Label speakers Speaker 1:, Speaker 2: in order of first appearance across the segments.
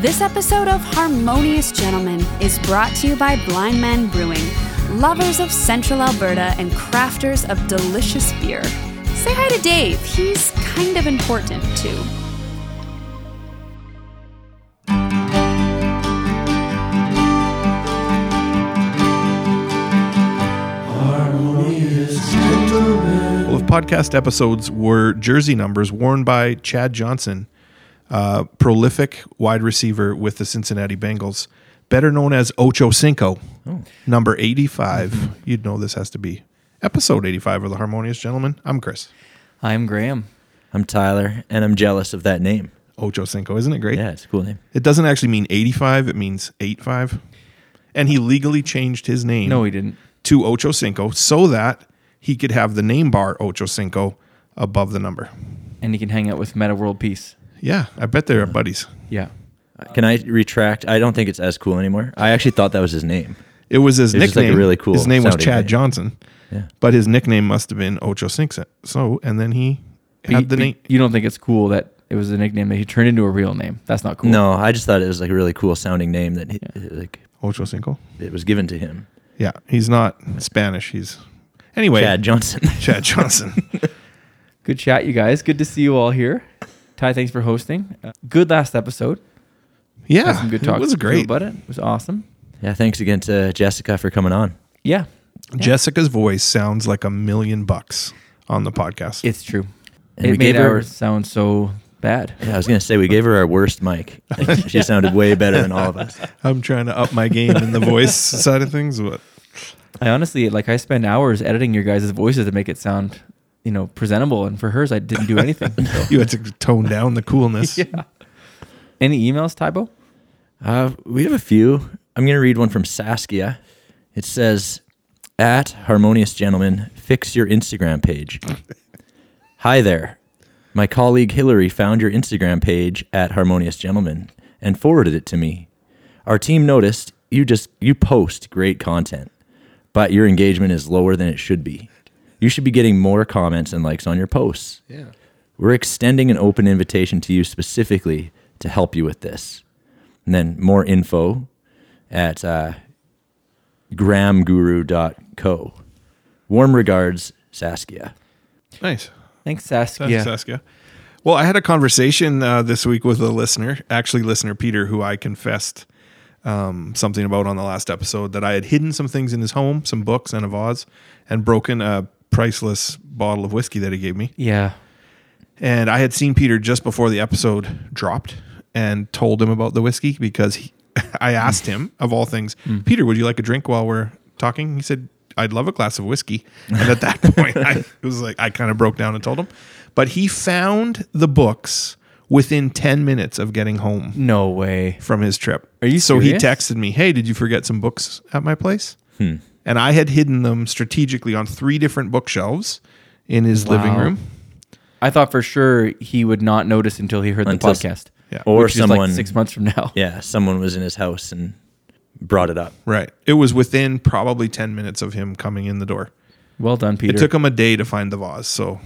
Speaker 1: This episode of Harmonious Gentlemen is brought to you by Blind Man Brewing, lovers of central Alberta and crafters of delicious beer. Say hi to Dave, he's kind of important too.
Speaker 2: Well, if podcast episodes were jersey numbers worn by Chad Johnson, uh, prolific wide receiver with the Cincinnati Bengals, better known as Ocho Cinco,
Speaker 3: Oh.
Speaker 2: number 85, you'd know this has to be episode 85 of The Harmonious Gentleman. I'm Chris.
Speaker 3: I'm Graham.
Speaker 4: I'm Tyler, and I'm jealous of that name.
Speaker 2: Ocho Cinco, isn't it great?
Speaker 4: Yeah, it's a cool name.
Speaker 2: It doesn't actually mean 85, it means 85. And he legally changed his name.
Speaker 3: No, he didn't.
Speaker 2: To Ocho Cinco so that he could have the name bar Ocho Cinco above the number.
Speaker 3: And he can hang out with Meta World Peace.
Speaker 2: Yeah, I bet they're buddies.
Speaker 3: Yeah.
Speaker 4: Can I retract? I don't think it's as cool anymore. I actually thought that was his name.
Speaker 2: It was his
Speaker 4: It was just, like,
Speaker 2: nickname.
Speaker 4: a really cool
Speaker 2: His name was
Speaker 4: sounding
Speaker 2: Chad
Speaker 4: name.
Speaker 2: Johnson,
Speaker 4: Yeah.
Speaker 2: but his nickname must have been Ocho Cinco. So, and then he
Speaker 3: But you-
Speaker 2: had the
Speaker 3: but
Speaker 2: name.
Speaker 3: You don't think it's cool that it was a nickname that he turned into a real name? That's not cool.
Speaker 4: No, I just thought it was like a really cool sounding name that he, like
Speaker 2: Ocho Cinco.
Speaker 4: it was given to him.
Speaker 2: Yeah, he's not Spanish. He's anyway.
Speaker 4: Chad Johnson.
Speaker 2: Chad Johnson.
Speaker 3: Good chat, you guys. Good to see you all here. Ty, thanks for hosting. Uh, good last episode.
Speaker 4: Ah,
Speaker 3: Had
Speaker 2: yeah,
Speaker 3: some good talks.
Speaker 2: It was
Speaker 3: with you
Speaker 2: great.
Speaker 3: about it. It was awesome.
Speaker 4: yeah, thanks again to Jessica for coming on.
Speaker 3: Yeah,
Speaker 2: Jessica's voice sounds like a million bucks on the podcast.
Speaker 3: it's true.
Speaker 4: And we
Speaker 3: it made
Speaker 4: gave her-
Speaker 3: ours sound so bad.
Speaker 4: Yeah, I was gonna say we gave her our worst mic. Like, she sounded way better than all of us.
Speaker 2: I'm trying to up my game in the voice side of things, but
Speaker 3: I honestly like I spend hours editing your guys' voices to make it sound, you know, presentable. And for hers, I didn't do anything. So,
Speaker 2: you had to tone down the coolness.
Speaker 3: yeah. Any emails, Tybo?
Speaker 4: Uh, we have a few. I'm going to read one from Saskia. It says, At Harmonious Gentleman, fix your Instagram page. Hi there. My colleague Hillary found your Instagram page at Harmonious Gentleman and forwarded it to me. Our team noticed you just you post great content, but your engagement is lower than it should be. You should be getting more comments and likes on your posts. Yeah. We're extending an open invitation to you specifically to help you with this. And then more info at uh, gramguru.co. Warm regards, Saskia.
Speaker 2: Nice.
Speaker 3: Thanks,
Speaker 2: Thanks,
Speaker 3: Saskia.
Speaker 2: Saskia. Well, I had a conversation uh, this week with a listener, actually listener Peter, who I confessed um, something about on the last episode that I had hidden some things in his home, some books and a vase, and broken a priceless bottle of whiskey that he gave me.
Speaker 3: Yeah.
Speaker 2: And I had seen Peter just before the episode dropped and told him about the whiskey because he, I asked him, of all things,
Speaker 3: Mm.
Speaker 2: Peter, would you like a drink while we're talking? He said, I'd love a glass of whiskey. And at that point, I it was like, I kind of broke down and told him. But he found the books within 10 minutes of getting home
Speaker 3: No way.
Speaker 2: from his trip.
Speaker 3: Are you
Speaker 2: so
Speaker 3: serious? Hmm.
Speaker 2: he texted me, Hey, did you forget some books at my place? And I had hidden them strategically on three different bookshelves in his living
Speaker 3: Wow.
Speaker 2: room.
Speaker 3: I thought for sure he would not notice until he heard
Speaker 4: Until-
Speaker 3: the podcast.
Speaker 2: Yeah.
Speaker 4: Or
Speaker 3: which is like
Speaker 4: someone.
Speaker 3: six months from now.
Speaker 4: yeah, someone was in his house and brought it up.
Speaker 2: Right. It was within probably 10 minutes of him coming in the door.
Speaker 3: Well done, Peter.
Speaker 2: It took him a day to find the vase, so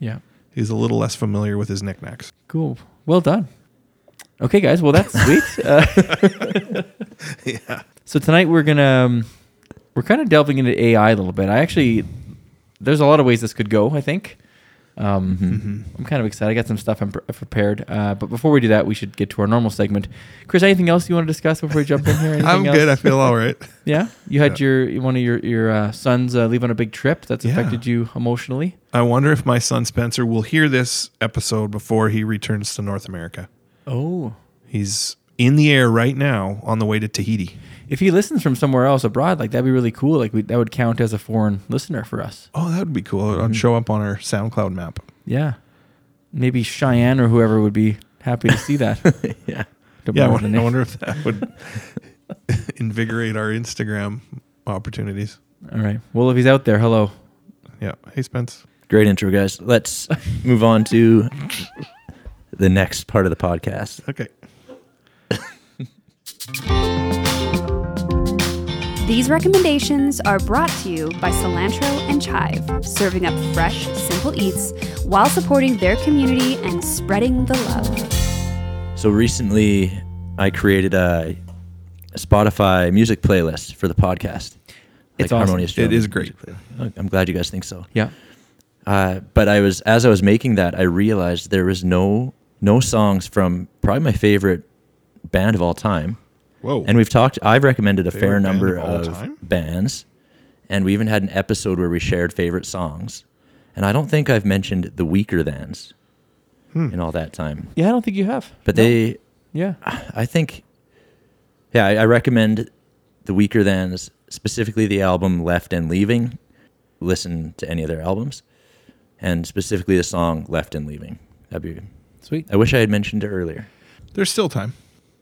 Speaker 3: yeah.
Speaker 2: he's a little less familiar with his knickknacks.
Speaker 3: Cool. Well done. Okay, guys. Well, that's sweet. Uh, So tonight we're gonna um, we're kind of delving into AI a little bit. I actually there's a lot of ways this could go. I think. Um, I'm kind of excited. I got some stuff I'm pre- prepared. Uh, but before we do that, we should get to our normal segment. Chris, anything else you want to discuss before we jump in here? Anything
Speaker 2: I'm
Speaker 3: else?
Speaker 2: good. I feel all right.
Speaker 3: Yeah, you had your one of your your uh, sons uh, leave on a big trip. That's
Speaker 2: Yeah.
Speaker 3: affected you emotionally.
Speaker 2: I wonder if my son Spencer will hear this episode before he returns to North America.
Speaker 3: Oh,
Speaker 2: He's in the air right now on the way to Tahiti.
Speaker 3: if he listens from somewhere else abroad, like that'd be really cool. Like we, that would count as a foreign listener for us.
Speaker 2: Oh, that would be cool. It would show up on our SoundCloud map.
Speaker 3: Yeah, maybe Cheyenne or whoever would be happy to see that.
Speaker 4: Yeah.
Speaker 3: Don't
Speaker 2: Yeah, I wonder,
Speaker 3: remember the
Speaker 2: I
Speaker 3: name.
Speaker 2: wonder if that would invigorate our Instagram opportunities.
Speaker 3: All right. Well, if he's out there, hello.
Speaker 2: Yeah. Hey, Spence.
Speaker 4: Great intro, guys. Let's move on to the next part of the podcast.
Speaker 2: Okay.
Speaker 1: These recommendations are brought to you by Cilantro and Chive, serving up fresh, simple eats while supporting their community and spreading the love.
Speaker 4: So recently, I created a, a Spotify music playlist for the podcast.
Speaker 3: It's awesome.
Speaker 4: harmonious.
Speaker 2: It is
Speaker 4: Gentlemen
Speaker 2: great.
Speaker 4: music playlist. I'm glad you guys think so.
Speaker 3: Yeah.
Speaker 4: Uh, but I was as I was making that, I realized there was no no songs from probably my favorite band of all time.
Speaker 2: Whoa.
Speaker 4: And we've talked. I've recommended a fair
Speaker 2: Favorite band
Speaker 4: number
Speaker 2: of all
Speaker 4: of,
Speaker 2: time?
Speaker 4: bands, and we even had an episode where we shared favorite songs. And I don't think I've mentioned the Weaker Thans
Speaker 2: Hmm.
Speaker 4: in all that time.
Speaker 3: Yeah, I don't think you have.
Speaker 4: But
Speaker 3: No.
Speaker 4: they,
Speaker 3: Yeah.
Speaker 4: I think, yeah, I, I recommend the Weaker Thans specifically the album Left and Leaving. Listen to any of their albums, and specifically the song Left and Leaving. That'd be.
Speaker 3: Sweet.
Speaker 4: I wish I had mentioned it earlier.
Speaker 2: There's still time.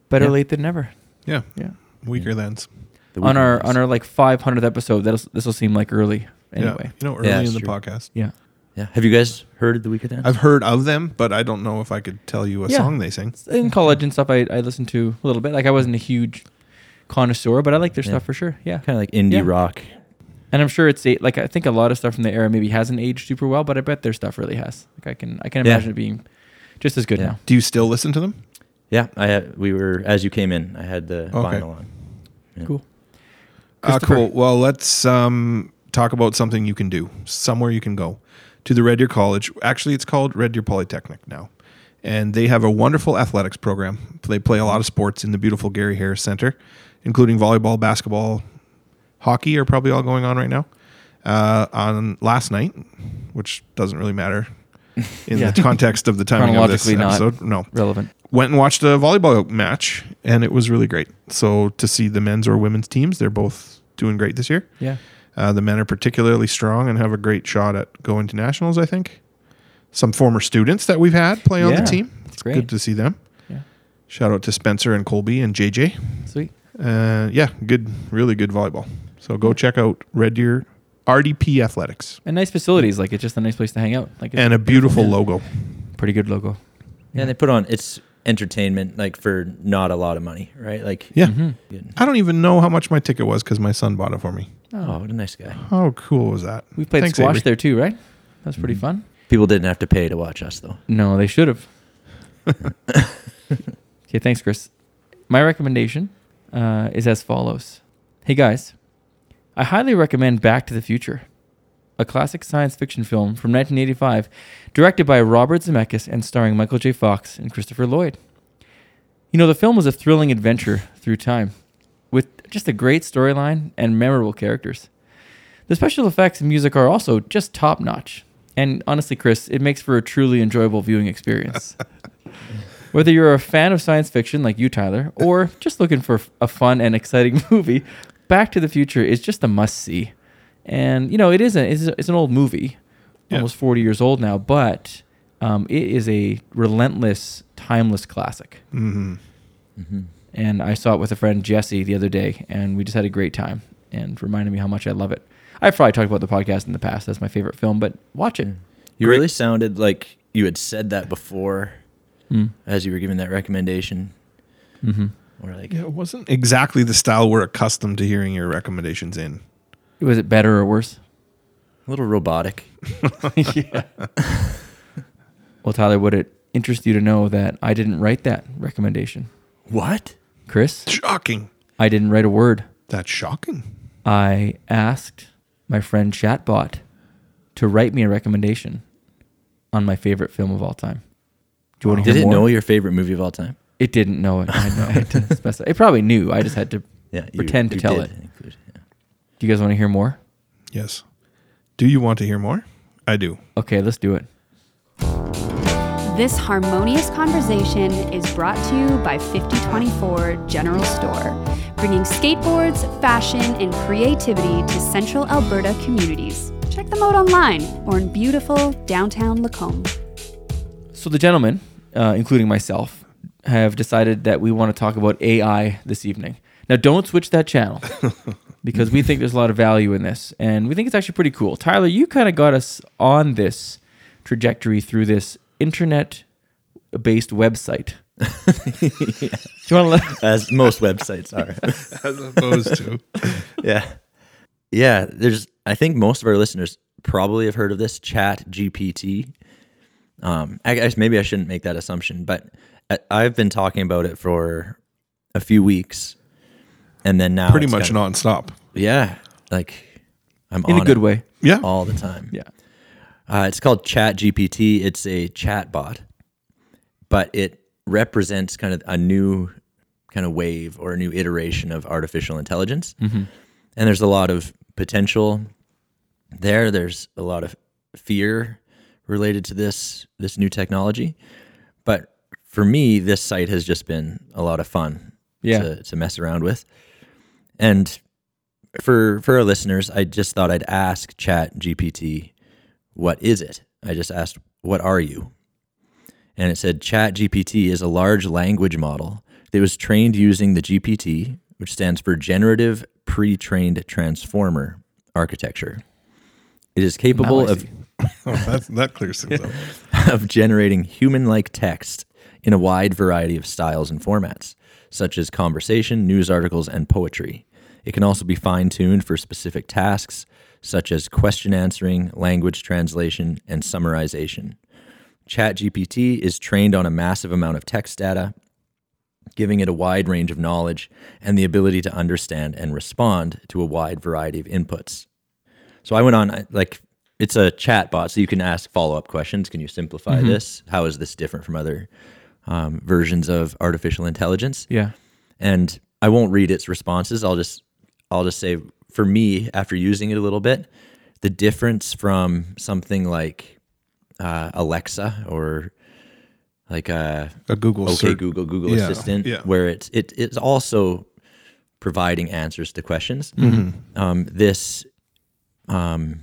Speaker 3: Better
Speaker 4: Yeah.
Speaker 3: late than never.
Speaker 2: Yeah.
Speaker 3: Yeah.
Speaker 2: Weaker thans.
Speaker 4: The
Speaker 3: On
Speaker 4: Weaker
Speaker 3: our
Speaker 4: Thans.
Speaker 3: on our like 500th episode, that'll this will seem like early anyway.
Speaker 2: Yeah. You know, early
Speaker 4: Yeah,
Speaker 2: in
Speaker 4: it's
Speaker 2: the
Speaker 4: true.
Speaker 2: podcast.
Speaker 3: Yeah.
Speaker 4: yeah. Have you guys heard of the Weaker Thans?
Speaker 2: I've heard of them, but I don't know if I could tell you a
Speaker 3: Yeah.
Speaker 2: song they sing.
Speaker 3: In college and stuff, I I listened to a little bit. Like I wasn't a huge connoisseur, but I like their
Speaker 4: Yeah.
Speaker 3: stuff for sure. Yeah.
Speaker 4: kind of like indie
Speaker 3: Yeah.
Speaker 4: rock.
Speaker 3: And I'm sure it's a- like I think a lot of stuff from the era maybe hasn't aged super well, but I bet their stuff really has. Like I can I can
Speaker 4: Yeah.
Speaker 3: imagine it being just as good
Speaker 4: Yeah.
Speaker 3: now.
Speaker 2: Do you still listen to them?
Speaker 4: Yeah, I had, we were as you came in. I had the
Speaker 2: Okay.
Speaker 4: vinyl on. Yeah.
Speaker 3: Cool.
Speaker 2: Uh,
Speaker 3: Christopher.
Speaker 2: cool. Well, let's um, talk about something you can do, somewhere you can go to the Red Deer College. Actually, it's called Red Deer Polytechnic now. And they have a wonderful athletics program. They play a lot of sports in the beautiful Gary Harris Center, including volleyball, basketball, hockey are probably all going on right now. Uh, on last night, which doesn't really matter in
Speaker 3: Yeah.
Speaker 2: the context of the timing of this
Speaker 3: Chronologically not.
Speaker 2: episode. No,
Speaker 3: Relevant.
Speaker 2: went and watched a volleyball match and it was really great so to see the men's or women's teams they're both doing great this year
Speaker 3: Yeah.
Speaker 2: uh, the men are particularly strong and have a great shot at going to nationals i think some former students that we've had play on the
Speaker 3: Yeah,
Speaker 2: team
Speaker 3: it's
Speaker 2: it's
Speaker 3: great.
Speaker 2: good to see them
Speaker 3: Yeah.
Speaker 2: shout out to spencer and colby and jj
Speaker 3: Sweet.
Speaker 2: uh, yeah good really good volleyball so go check out red deer rdp athletics
Speaker 3: And nice facilities. Like it's just a nice place to hang out. Like it's
Speaker 2: and a beautiful logo
Speaker 3: pretty good logo.
Speaker 4: Yeah, they put on it's entertainment like for not a lot of money, right? Like
Speaker 2: yeah
Speaker 3: Mm-hmm.
Speaker 4: Good.
Speaker 2: i don't even know how much my ticket was because my son bought it for me
Speaker 4: Oh, what a nice guy.
Speaker 2: how cool was that
Speaker 3: We played
Speaker 2: Thanks,
Speaker 3: squash
Speaker 2: Avery.
Speaker 3: there too, right? That was
Speaker 4: Mm-hmm.
Speaker 3: pretty fun.
Speaker 4: People didn't have to pay to watch us though.
Speaker 3: No, they should have. okay, thanks, Chris. My recommendation uh, is as follows Hey, guys, I highly recommend Back to the Future, a classic science fiction film from 1985, directed by Robert Zemeckis and starring Michael J. Fox and Christopher Lloyd. You know, the film was a thrilling adventure through time with just a great storyline and memorable characters. The special effects and music are also just top notch. And honestly, Chris, it makes for a truly enjoyable viewing experience. Whether you're a fan of science fiction like you, Tyler, or just looking for a fun and exciting movie, Back to the Future is just a must see. And, you know, it is a, it's, a- it's an old movie,
Speaker 2: Yeah.
Speaker 3: almost 40 years old now, but um, it is a relentless, timeless classic
Speaker 2: Mhm.
Speaker 3: and I saw it with a friend Jesse the other day, and we just had a great time and reminded me how much I love it. I've probably talked about the podcast in the past. That's my favorite film, but watch it.
Speaker 4: You
Speaker 2: Great.
Speaker 4: really sounded like you had said that before
Speaker 3: Mm.
Speaker 4: as you were giving that recommendation.
Speaker 3: hmm
Speaker 4: Or like
Speaker 2: Yeah, it wasn't exactly the style we're accustomed to hearing your recommendations in.
Speaker 3: Was it better or worse?
Speaker 4: a little robotic.
Speaker 3: yeah. well, Tyler, would it interest you to know that I didn't write that recommendation?
Speaker 4: What?
Speaker 3: Chris,
Speaker 2: Shocking.
Speaker 3: I didn't write a word.
Speaker 2: That's shocking.
Speaker 3: I asked my friend Chatbot to write me a recommendation on my favorite film of all time. Do you want to
Speaker 4: Did
Speaker 3: hear
Speaker 4: it
Speaker 3: more?
Speaker 4: know your favorite movie of all time?
Speaker 3: It didn't know it. I, know, I had to specify. It probably knew. I just had to
Speaker 4: Yeah. you-
Speaker 3: pretend to
Speaker 4: you
Speaker 3: tell
Speaker 4: did
Speaker 3: it.
Speaker 4: include- yeah.
Speaker 3: Do you guys want to hear more?
Speaker 2: Yes. Do you want to hear more? I do.
Speaker 3: Okay, let's do it.
Speaker 1: This harmonious conversation is brought to you by 5024 General Store, bringing skateboards, fashion, and creativity to central Alberta communities. Check them out online or in beautiful downtown Lacombe.
Speaker 3: So the gentlemen, uh, including myself, have decided that we want to talk about AI this evening. Now, don't switch that channel because we think there's a lot of value in this, and we think it's actually pretty cool. Tyler, you kind of got us on this trajectory through this internet-based website. Do you want to?
Speaker 4: As most websites are.
Speaker 2: As opposed to.
Speaker 4: yeah. Yeah. There's, I think most of our listeners probably have heard of this chat GPT. Um, I guess maybe I shouldn't make that assumption, but I- I've been talking about it for a few weeks, and then now
Speaker 2: pretty
Speaker 4: it's
Speaker 2: much
Speaker 4: kinda-
Speaker 2: nonstop.
Speaker 4: Yeah, like I'm
Speaker 3: in
Speaker 4: on
Speaker 3: a good
Speaker 4: it
Speaker 3: way.
Speaker 2: Yeah.
Speaker 4: all the time.
Speaker 3: Yeah.
Speaker 4: Uh, it's called Chat GPT. It's a chat bot, but it represents kind of a new kind of wave or a new iteration of artificial intelligence.
Speaker 3: Mm-hmm.
Speaker 4: And there's a lot of potential there. There's a lot of fear related to this this new technology. But for me, this site has just been a lot of fun
Speaker 3: Yeah.
Speaker 4: to, to mess around with. And for for our listeners, I just thought I'd ask Chat GPT, what is it? I just asked, what are you? And it said Chat GPT is a large language model that was trained using the GPT, which stands for generative pre-trained transformer architecture. It is capable
Speaker 3: Now I
Speaker 4: of
Speaker 3: see.
Speaker 2: Oh, that's, that clears things up.
Speaker 4: of generating human like text in a wide variety of styles and formats, such as conversation, news articles, and poetry. It can also be fine tuned for specific tasks, such as question answering, language translation, and summarization. ChatGPT is trained on a massive amount of text data, giving it a wide range of knowledge and the ability to understand and respond to a wide variety of inputs. So I went on I- like it's a chat bot, so you can ask follow up questions. Can you simplify this? How is this different from other um, versions of artificial intelligence?
Speaker 3: Yeah.
Speaker 4: And I won't read its responses. I'll just I'll just say for me after using it a little bit, the difference from something like uh, Alexa or like uh,
Speaker 2: A Google
Speaker 4: okay
Speaker 2: search.
Speaker 4: Google Google
Speaker 2: Yeah,
Speaker 4: Assistant,
Speaker 2: yeah.
Speaker 4: where it's it, it's also providing answers to questions.
Speaker 2: Mm-hmm.
Speaker 4: Um, this um,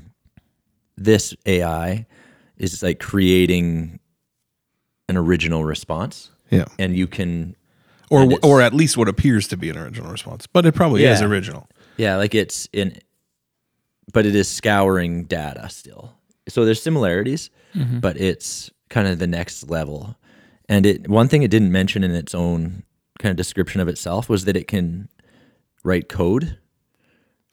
Speaker 4: this AI is like creating an original response,
Speaker 2: Yeah.
Speaker 4: and you can
Speaker 2: Or
Speaker 4: And it's-
Speaker 2: or at least what appears to be an original response, but it probably is
Speaker 4: Yeah.
Speaker 2: original.
Speaker 4: yeah, like it's in, but it is scouring data still. So there's similarities,
Speaker 2: Mm-hmm.
Speaker 4: but it's kind of the next level. And it one thing it didn't mention in its own kind of description of itself was that it can write code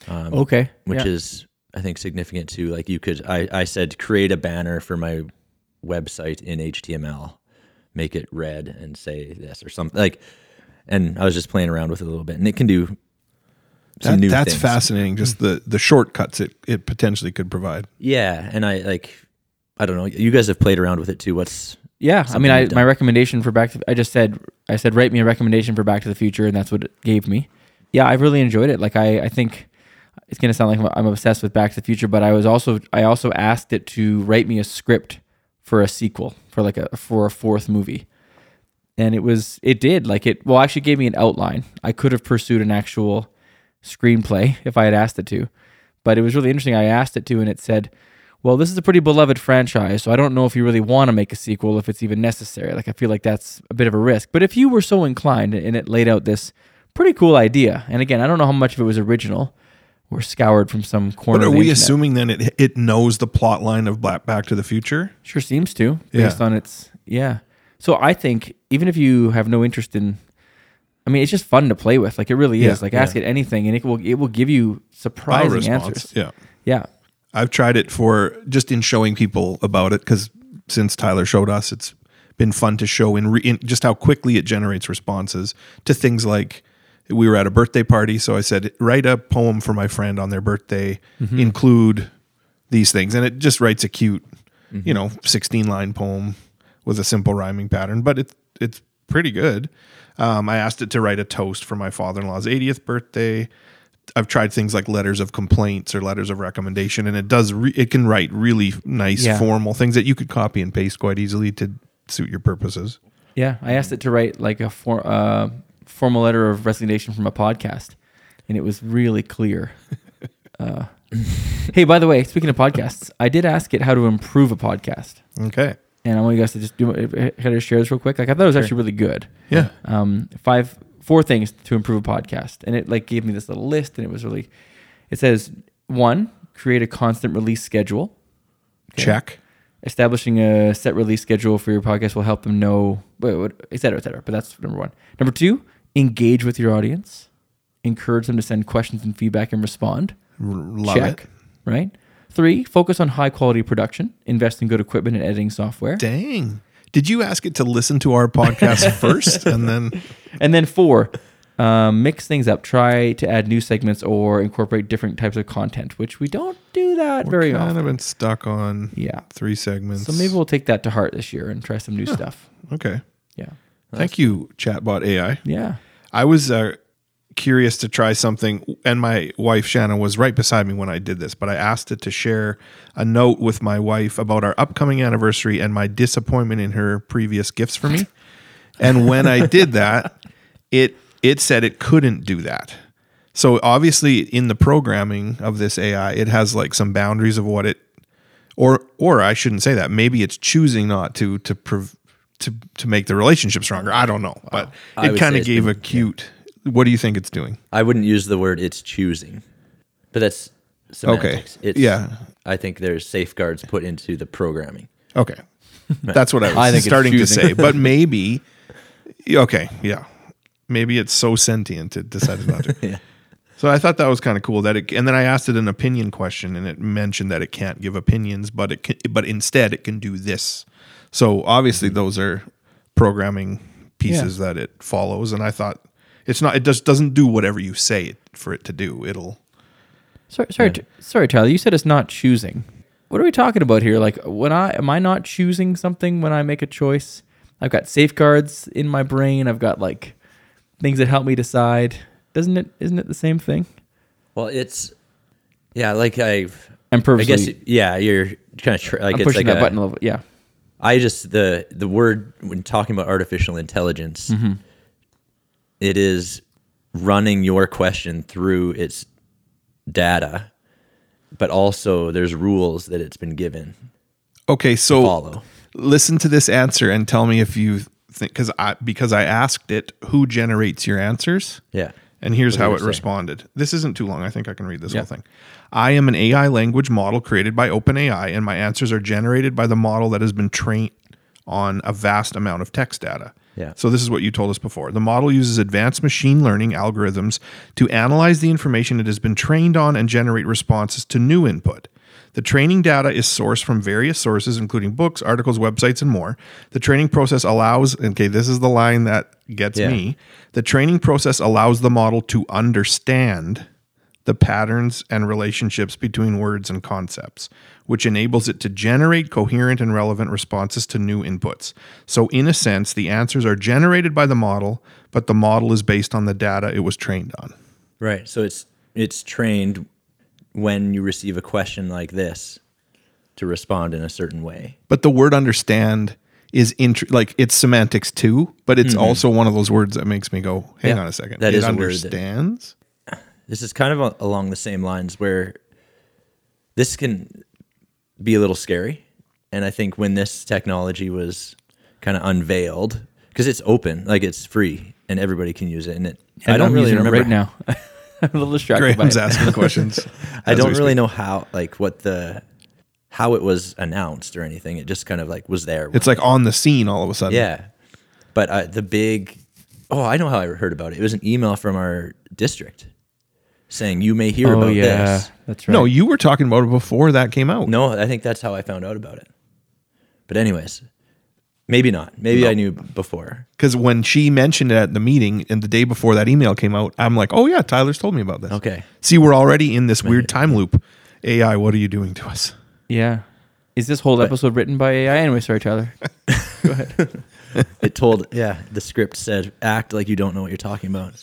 Speaker 3: okay.
Speaker 4: um, which
Speaker 3: Yeah.
Speaker 4: is I think significant too. Like you could, I, I said, create a banner for my website in HTML, make it red and say this or something like. And I was just playing around with it a little bit, and it can do some
Speaker 2: That-
Speaker 4: new.
Speaker 2: that's
Speaker 4: things.
Speaker 2: fascinating. Just the the shortcuts it, it potentially could provide.
Speaker 4: Yeah, and I like, I don't know. You guys have played around with it too. What's
Speaker 3: Yeah, I mean, I,
Speaker 4: you've done.
Speaker 3: my recommendation for Back to I just said I said write me a recommendation for Back to the Future, and that's what it gave me. Yeah, I really enjoyed it. Like I, I think it's gonna sound like I'm, I'm obsessed with Back to the Future, but I was also I also asked it to write me a script for a sequel for like a for a fourth movie, and it was it did like it well actually gave me an outline. I could have pursued an actual screenplay if I had asked it to, but it was really interesting. I asked it to, and it said, "Well, this is a pretty beloved franchise, so I don't know if you really want to make a sequel, if it's even necessary. Like, I feel like that's a bit of a risk. But if you were so inclined, and it laid out this pretty cool idea, and again, I don't know how much of it was original or scoured from some corner.
Speaker 2: But are
Speaker 3: of the
Speaker 2: we
Speaker 3: internet.
Speaker 2: assuming then it it knows the plot line of Black Back to the Future?
Speaker 3: Sure seems to,
Speaker 2: Yeah.
Speaker 3: based on its yeah. So I think even if you have no interest in, I mean, it's just fun to play with. Like it really
Speaker 2: Yeah,
Speaker 3: is. Like ask it anything, and it will it will give you
Speaker 2: Our
Speaker 3: surprising
Speaker 2: response.
Speaker 3: answers.
Speaker 2: Yeah.
Speaker 3: Yeah.
Speaker 2: I've tried it for just in showing people about it because since Tyler showed us, it's been fun to show in, re, in just how quickly it generates responses to things like we were at a birthday party, so I said write a poem for my friend on their birthday, include these things, and it just writes a cute,
Speaker 3: Mm-hmm.
Speaker 2: you know, sixteen line poem with a simple rhyming pattern, but it's it's pretty good. Um, I asked it to write a toast for my father in law's 80th birthday. I've tried things like letters of complaints or letters of recommendation, and it does re- it can write really nice
Speaker 3: Yeah.
Speaker 2: formal things that you could copy and paste quite easily to suit your purposes.
Speaker 3: Yeah, I asked it to write like a for, uh, formal letter of resignation from a podcast, and it was really clear. Uh, hey, by the way, speaking of podcasts, I did ask it how to improve a podcast,
Speaker 2: Okay,
Speaker 3: and I want you guys to just do kind of share this real quick. Like I thought it was actually really good.
Speaker 2: yeah,
Speaker 3: Um, five, four things to improve a podcast, and it like gave me this little list, and it was really. It says one, create a constant release schedule.
Speaker 2: check.
Speaker 3: establishing a set release schedule for your podcast will help them know, wait, what, et cetera, et cetera. But that's number one. Number two, engage with your audience, encourage them to send questions and feedback and respond.
Speaker 2: R- love
Speaker 3: Check,
Speaker 2: it.
Speaker 3: right? Three, focus on high quality production, invest in good equipment and editing software.
Speaker 2: Dang, did you ask it to listen to our podcast first and then?
Speaker 3: And then four, Um, mix things up. Try to add new segments or incorporate different types of content, which we don't do that very
Speaker 2: kind
Speaker 3: often.
Speaker 2: of been stuck on
Speaker 3: yeah.
Speaker 2: three segments.
Speaker 3: So maybe we'll take that to heart this year and try some new stuff.
Speaker 2: okay.
Speaker 3: Yeah.
Speaker 2: Thank you, chatbot AI.
Speaker 3: Yeah.
Speaker 2: I was uh, curious to try something, and my wife Shannon was right beside me when I did this. But I asked it to share a note with my wife about our upcoming anniversary and my disappointment in her previous gifts for me. and when I did that, it it said it couldn't do that. So obviously, in the programming of this AI, it has like some boundaries of what it, or or I shouldn't say that. Maybe it's choosing not to to prov- to to make the relationship stronger. I don't know, but
Speaker 4: I
Speaker 2: it
Speaker 4: would
Speaker 2: kind
Speaker 4: say
Speaker 2: of
Speaker 4: it's
Speaker 2: gave a cute. What do you think it's doing?
Speaker 4: I wouldn't use the word it's choosing, but that's semantics. It's,
Speaker 2: Yeah.
Speaker 4: I think there's safeguards put into the programming.
Speaker 2: Okay, that's what I was
Speaker 3: I think it's
Speaker 2: starting to
Speaker 3: choosing.
Speaker 2: say. But maybe, okay, yeah, maybe it's so sentient it decided not to. So I thought that was kind of cool that it, and then I asked it an opinion question, and it mentioned that it can't give opinions, but it can, but instead it can do this. So
Speaker 3: Mm-hmm.
Speaker 2: obviously those are programming pieces that it follows, and I thought it's not it just doesn't do whatever you say it, for it to do. It'll
Speaker 3: Sorry, sorry, T- sorry, Tyler. You said it's not choosing. What are we talking about here? Like, when I am I not choosing something when I make a choice? I've got safeguards in my brain. I've got like things that help me decide. Doesn't it? Isn't it the same thing?
Speaker 4: Well, it's yeah, like I've
Speaker 3: I'm
Speaker 4: I
Speaker 3: purposely.
Speaker 4: guess yeah, you're kind of tr- like
Speaker 3: I'm
Speaker 4: it's
Speaker 3: pushing
Speaker 4: like
Speaker 3: that
Speaker 4: a,
Speaker 3: button a little. bit. Yeah.
Speaker 4: I just the the word when talking about artificial intelligence, it is running your question through its data, but also there's rules that it's been given
Speaker 2: okay. So
Speaker 4: follow.
Speaker 2: listen to this answer and tell me if you think because I because I asked it who generates your answers.
Speaker 4: Yeah.
Speaker 2: And here's how
Speaker 4: you
Speaker 2: it
Speaker 4: saying.
Speaker 2: responded. This isn't too long. I think I can read this whole thing. I am an AI language model created by OpenAI, and my answers are generated by the model that has been trained on a vast amount of text data.
Speaker 4: Yeah.
Speaker 2: So this is what you told us before. The model uses advanced machine learning algorithms to analyze the information it has been trained on and generate responses to new input. The training data is sourced from various sources, including books, articles, websites, and more. The training process allows, okay, this is the line that gets
Speaker 4: Yeah.
Speaker 2: me. The training process allows the model to understand the patterns and relationships between words and concepts, which enables it to generate coherent and relevant responses to new inputs. So, in a sense, the answers are generated by the model, but the model is based on the data it was trained on.
Speaker 4: Right. So it's it's trained when you receive a question like this to respond in a certain way.
Speaker 2: But the word understand is int- like it's semantics too, but it's also one of those words that makes me go, hang
Speaker 4: Mm-hmm. Yeah,
Speaker 2: on a second.
Speaker 4: that
Speaker 2: it
Speaker 4: is a word that-
Speaker 2: understands?
Speaker 4: This is kind of a- along the same lines where this can be a little scary. And I think when this technology was kind of unveiled, because it's open, like it's free and everybody can use it. And it, I
Speaker 3: And
Speaker 4: don't
Speaker 3: I'm
Speaker 4: really
Speaker 3: using it
Speaker 4: remember.
Speaker 3: right now. I'm a little distracted
Speaker 2: Graham's
Speaker 3: by it.
Speaker 2: asking questions.
Speaker 4: I
Speaker 2: as
Speaker 4: don't
Speaker 2: we
Speaker 4: really
Speaker 2: speak.
Speaker 4: know how, like, what the, how it was announced or anything. It just kind of like was there.
Speaker 2: It's like on the scene all of a sudden.
Speaker 4: Yeah. But uh, the big, oh, I know how I heard about it. It was an email from our district saying, you may hear
Speaker 3: Oh
Speaker 4: about
Speaker 3: yeah,
Speaker 4: this.
Speaker 3: that's right.
Speaker 2: No, you were talking about it before that came out.
Speaker 4: No, I think that's how I found out about it. But, anyways, maybe not. Maybe I knew before.
Speaker 2: because when she mentioned it at the meeting and the day before that email came out, I'm like, oh yeah, Tyler's told me about this.
Speaker 4: Okay.
Speaker 2: See, we're already in this weird time loop. AI, what are you doing to us?
Speaker 3: yeah. Is this whole episode written by AI? Anyway, sorry, Tyler.
Speaker 4: It told, yeah, the script said, act like you don't know what you're talking about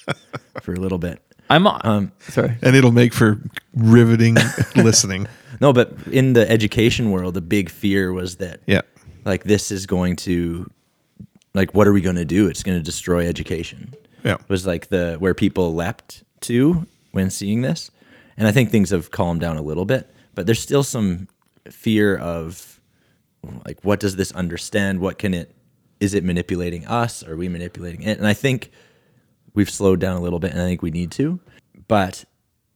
Speaker 4: for a little bit.
Speaker 3: I'm um sorry.
Speaker 2: And it'll make for riveting listening.
Speaker 4: No, but in the education world, the big fear was that,
Speaker 2: Yeah.
Speaker 4: like, this is going to, like, what are we going to do? It's going to destroy education.
Speaker 2: Yeah.
Speaker 4: was like the where people leapt to when seeing this. And I think things have calmed down a little bit, but there's still some fear of like what does this understand? What can it is it manipulating us? Are we manipulating it? And I think we've slowed down a little bit and I think we need to. But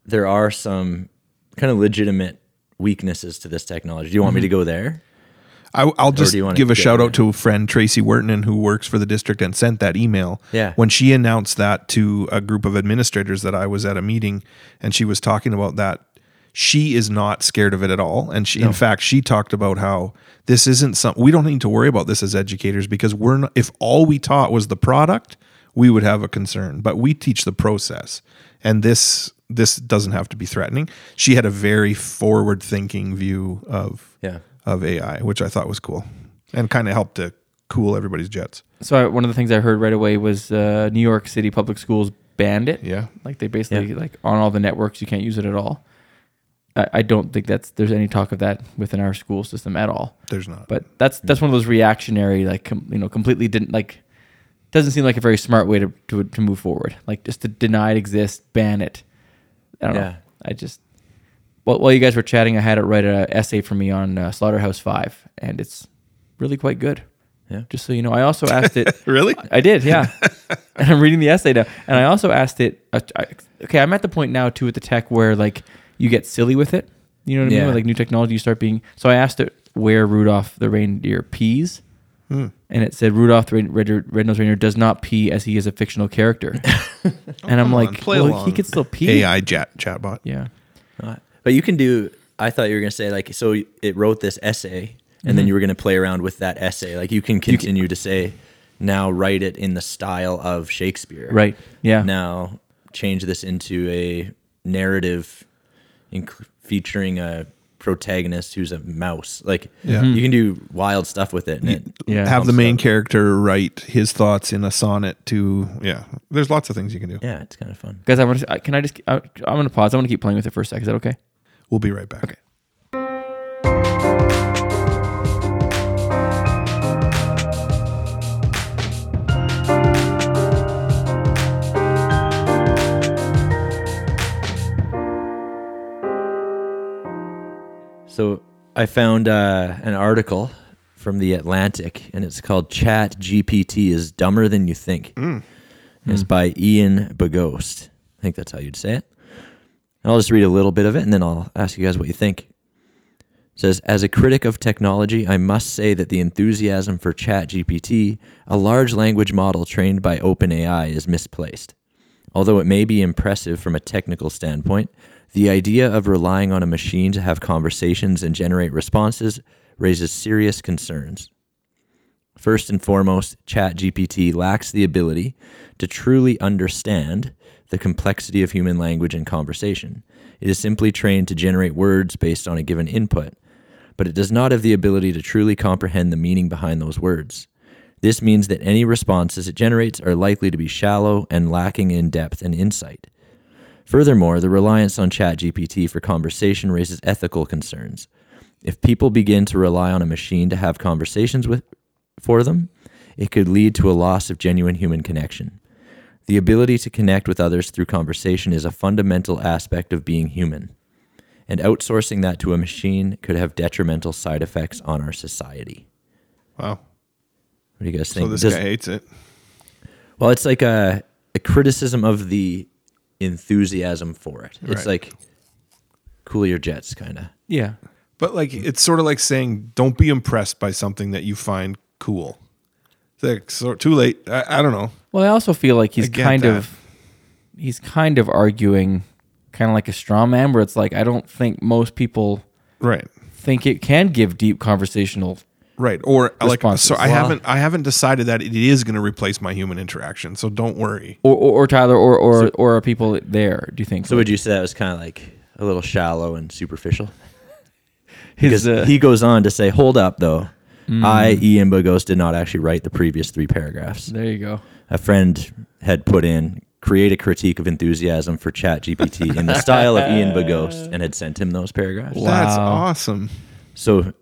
Speaker 4: there are some kind of legitimate weaknesses to this technology. Do you want me to go there?
Speaker 2: I, I'll just
Speaker 4: you wanna
Speaker 2: give a
Speaker 4: get
Speaker 2: shout
Speaker 4: rid
Speaker 2: out to a friend, Tracy Wertonen, who works for the district and sent that email.
Speaker 4: Yeah.
Speaker 2: When she announced that to a group of administrators that I was at a meeting and she was talking about that, she is not scared of it at all. And she, in fact, she talked about how this isn't something we don't need to worry about this as educators because we're not, if all we taught was the product, we would have a concern. But we teach the process, and this this doesn't have to be threatening. She had a very forward thinking view of
Speaker 4: Yeah.
Speaker 2: of AI, which I thought was cool, and kind of helped to cool everybody's jets.
Speaker 3: So I, one of the things I heard right away was uh, New York City public schools banned it.
Speaker 2: Yeah,
Speaker 3: Like they basically like on all the networks you can't use it at all. I, I don't think that's there's any talk of that within our school system at all.
Speaker 2: there's not.
Speaker 3: But that's that's one of those reactionary like com, you know completely didn't like doesn't seem like a very smart way to to, to move forward. Like just to deny it exists, ban it. I don't know.
Speaker 4: Yeah.
Speaker 3: I just well, while you guys were chatting, I had it write an essay for me on uh, Slaughterhouse Five, and it's really quite good.
Speaker 4: Yeah.
Speaker 3: Just so you know, I also asked it.
Speaker 2: Really?
Speaker 3: I did, yeah. and I'm reading the essay now, and I also asked it. uh, I, okay, I'm at the point now too with the tech where like you get silly with it. You know what I mean?
Speaker 4: Yeah.
Speaker 3: With, like new technology, you start being. So I asked it where Rudolph the reindeer pees,
Speaker 2: Hmm.
Speaker 3: and it said Rudolph the Rein- red, red nosed reindeer does not pee as he is a fictional character. and I'm
Speaker 2: come
Speaker 3: like,
Speaker 2: on, play
Speaker 3: well, he
Speaker 2: along.
Speaker 3: could still pee.
Speaker 2: AI chat chatbot.
Speaker 3: Yeah.
Speaker 4: Uh, But you can do. I thought you were gonna say like so. It wrote this essay, and
Speaker 3: Mm-hmm.
Speaker 4: then you were gonna play around with that essay. Like you can continue to say, now write it in the style of Shakespeare.
Speaker 3: Right. Yeah.
Speaker 4: Now change this into a narrative, inc- featuring a protagonist who's a mouse. Like
Speaker 2: Yeah.
Speaker 4: you can do wild stuff with it. And it
Speaker 3: Yeah.
Speaker 2: have the main character write his thoughts in a sonnet to yeah. There's lots of things you can do.
Speaker 4: yeah, it's kind of fun.
Speaker 3: Guys, I want to. Can I just? I, I'm going to pause. I want to keep playing with it for a sec. Is that okay?
Speaker 2: We'll be right back.
Speaker 3: Okay.
Speaker 4: So I found uh, an article from the Atlantic, and it's called "Chat GPT is dumber than you think." It's by Ian Bagost. I think that's how you'd say it. And I'll just read a little bit of it, and then I'll ask you guys what you think. It says, as a critic of technology, I must say that the enthusiasm for ChatGPT, a large language model trained by OpenAI, is misplaced. Although it may be impressive from a technical standpoint, the idea of relying on a machine to have conversations and generate responses raises serious concerns. First and foremost, ChatGPT lacks the ability to truly understand the complexity of human language and conversation. It is simply trained to generate words based on a given input, but it does not have the ability to truly comprehend the meaning behind those words. This means that any responses it generates are likely to be shallow and lacking in depth and insight. Furthermore, the reliance on ChatGPT for conversation raises ethical concerns. If people begin to rely on a machine to have conversations with for them, it could lead to a loss of genuine human connection. The ability to connect with others through conversation is a fundamental aspect of being human, and outsourcing that to a machine could have detrimental side effects on our society.
Speaker 2: Wow.
Speaker 4: What do you guys think?
Speaker 2: So this
Speaker 4: Does-
Speaker 2: guy hates it.
Speaker 4: Well, it's like a, a criticism of the enthusiasm for it.
Speaker 2: Right.
Speaker 4: It's like cool your jets, kind of.
Speaker 3: Yeah.
Speaker 2: But like it's sort of like saying don't be impressed by something that you find cool. It's like so, too late. I, I don't know.
Speaker 3: Well, I also feel like he's
Speaker 2: I get
Speaker 3: kind
Speaker 2: that.
Speaker 3: of he's kind of arguing kind of like a straw man where it's like I don't think most people
Speaker 2: Right.
Speaker 3: think it can give deep conversational
Speaker 2: Right. Or
Speaker 3: Responses.
Speaker 2: like so I
Speaker 3: Wow.
Speaker 2: haven't I haven't decided that it is going to replace my human interaction. So don't worry.
Speaker 3: or or, or Tyler or or, or are people there, do you think?
Speaker 4: So, would you say that was kind of like a little shallow and superficial? Because
Speaker 3: his uh,
Speaker 4: he goes on to say, hold up, though. I, Ian Bogos, did not actually write the previous three paragraphs.
Speaker 3: there you go.
Speaker 4: A friend had put in, create a critique of enthusiasm for ChatGPT in the style of Ian Bogos and had sent him those paragraphs.
Speaker 2: That's awesome.
Speaker 4: So
Speaker 3: A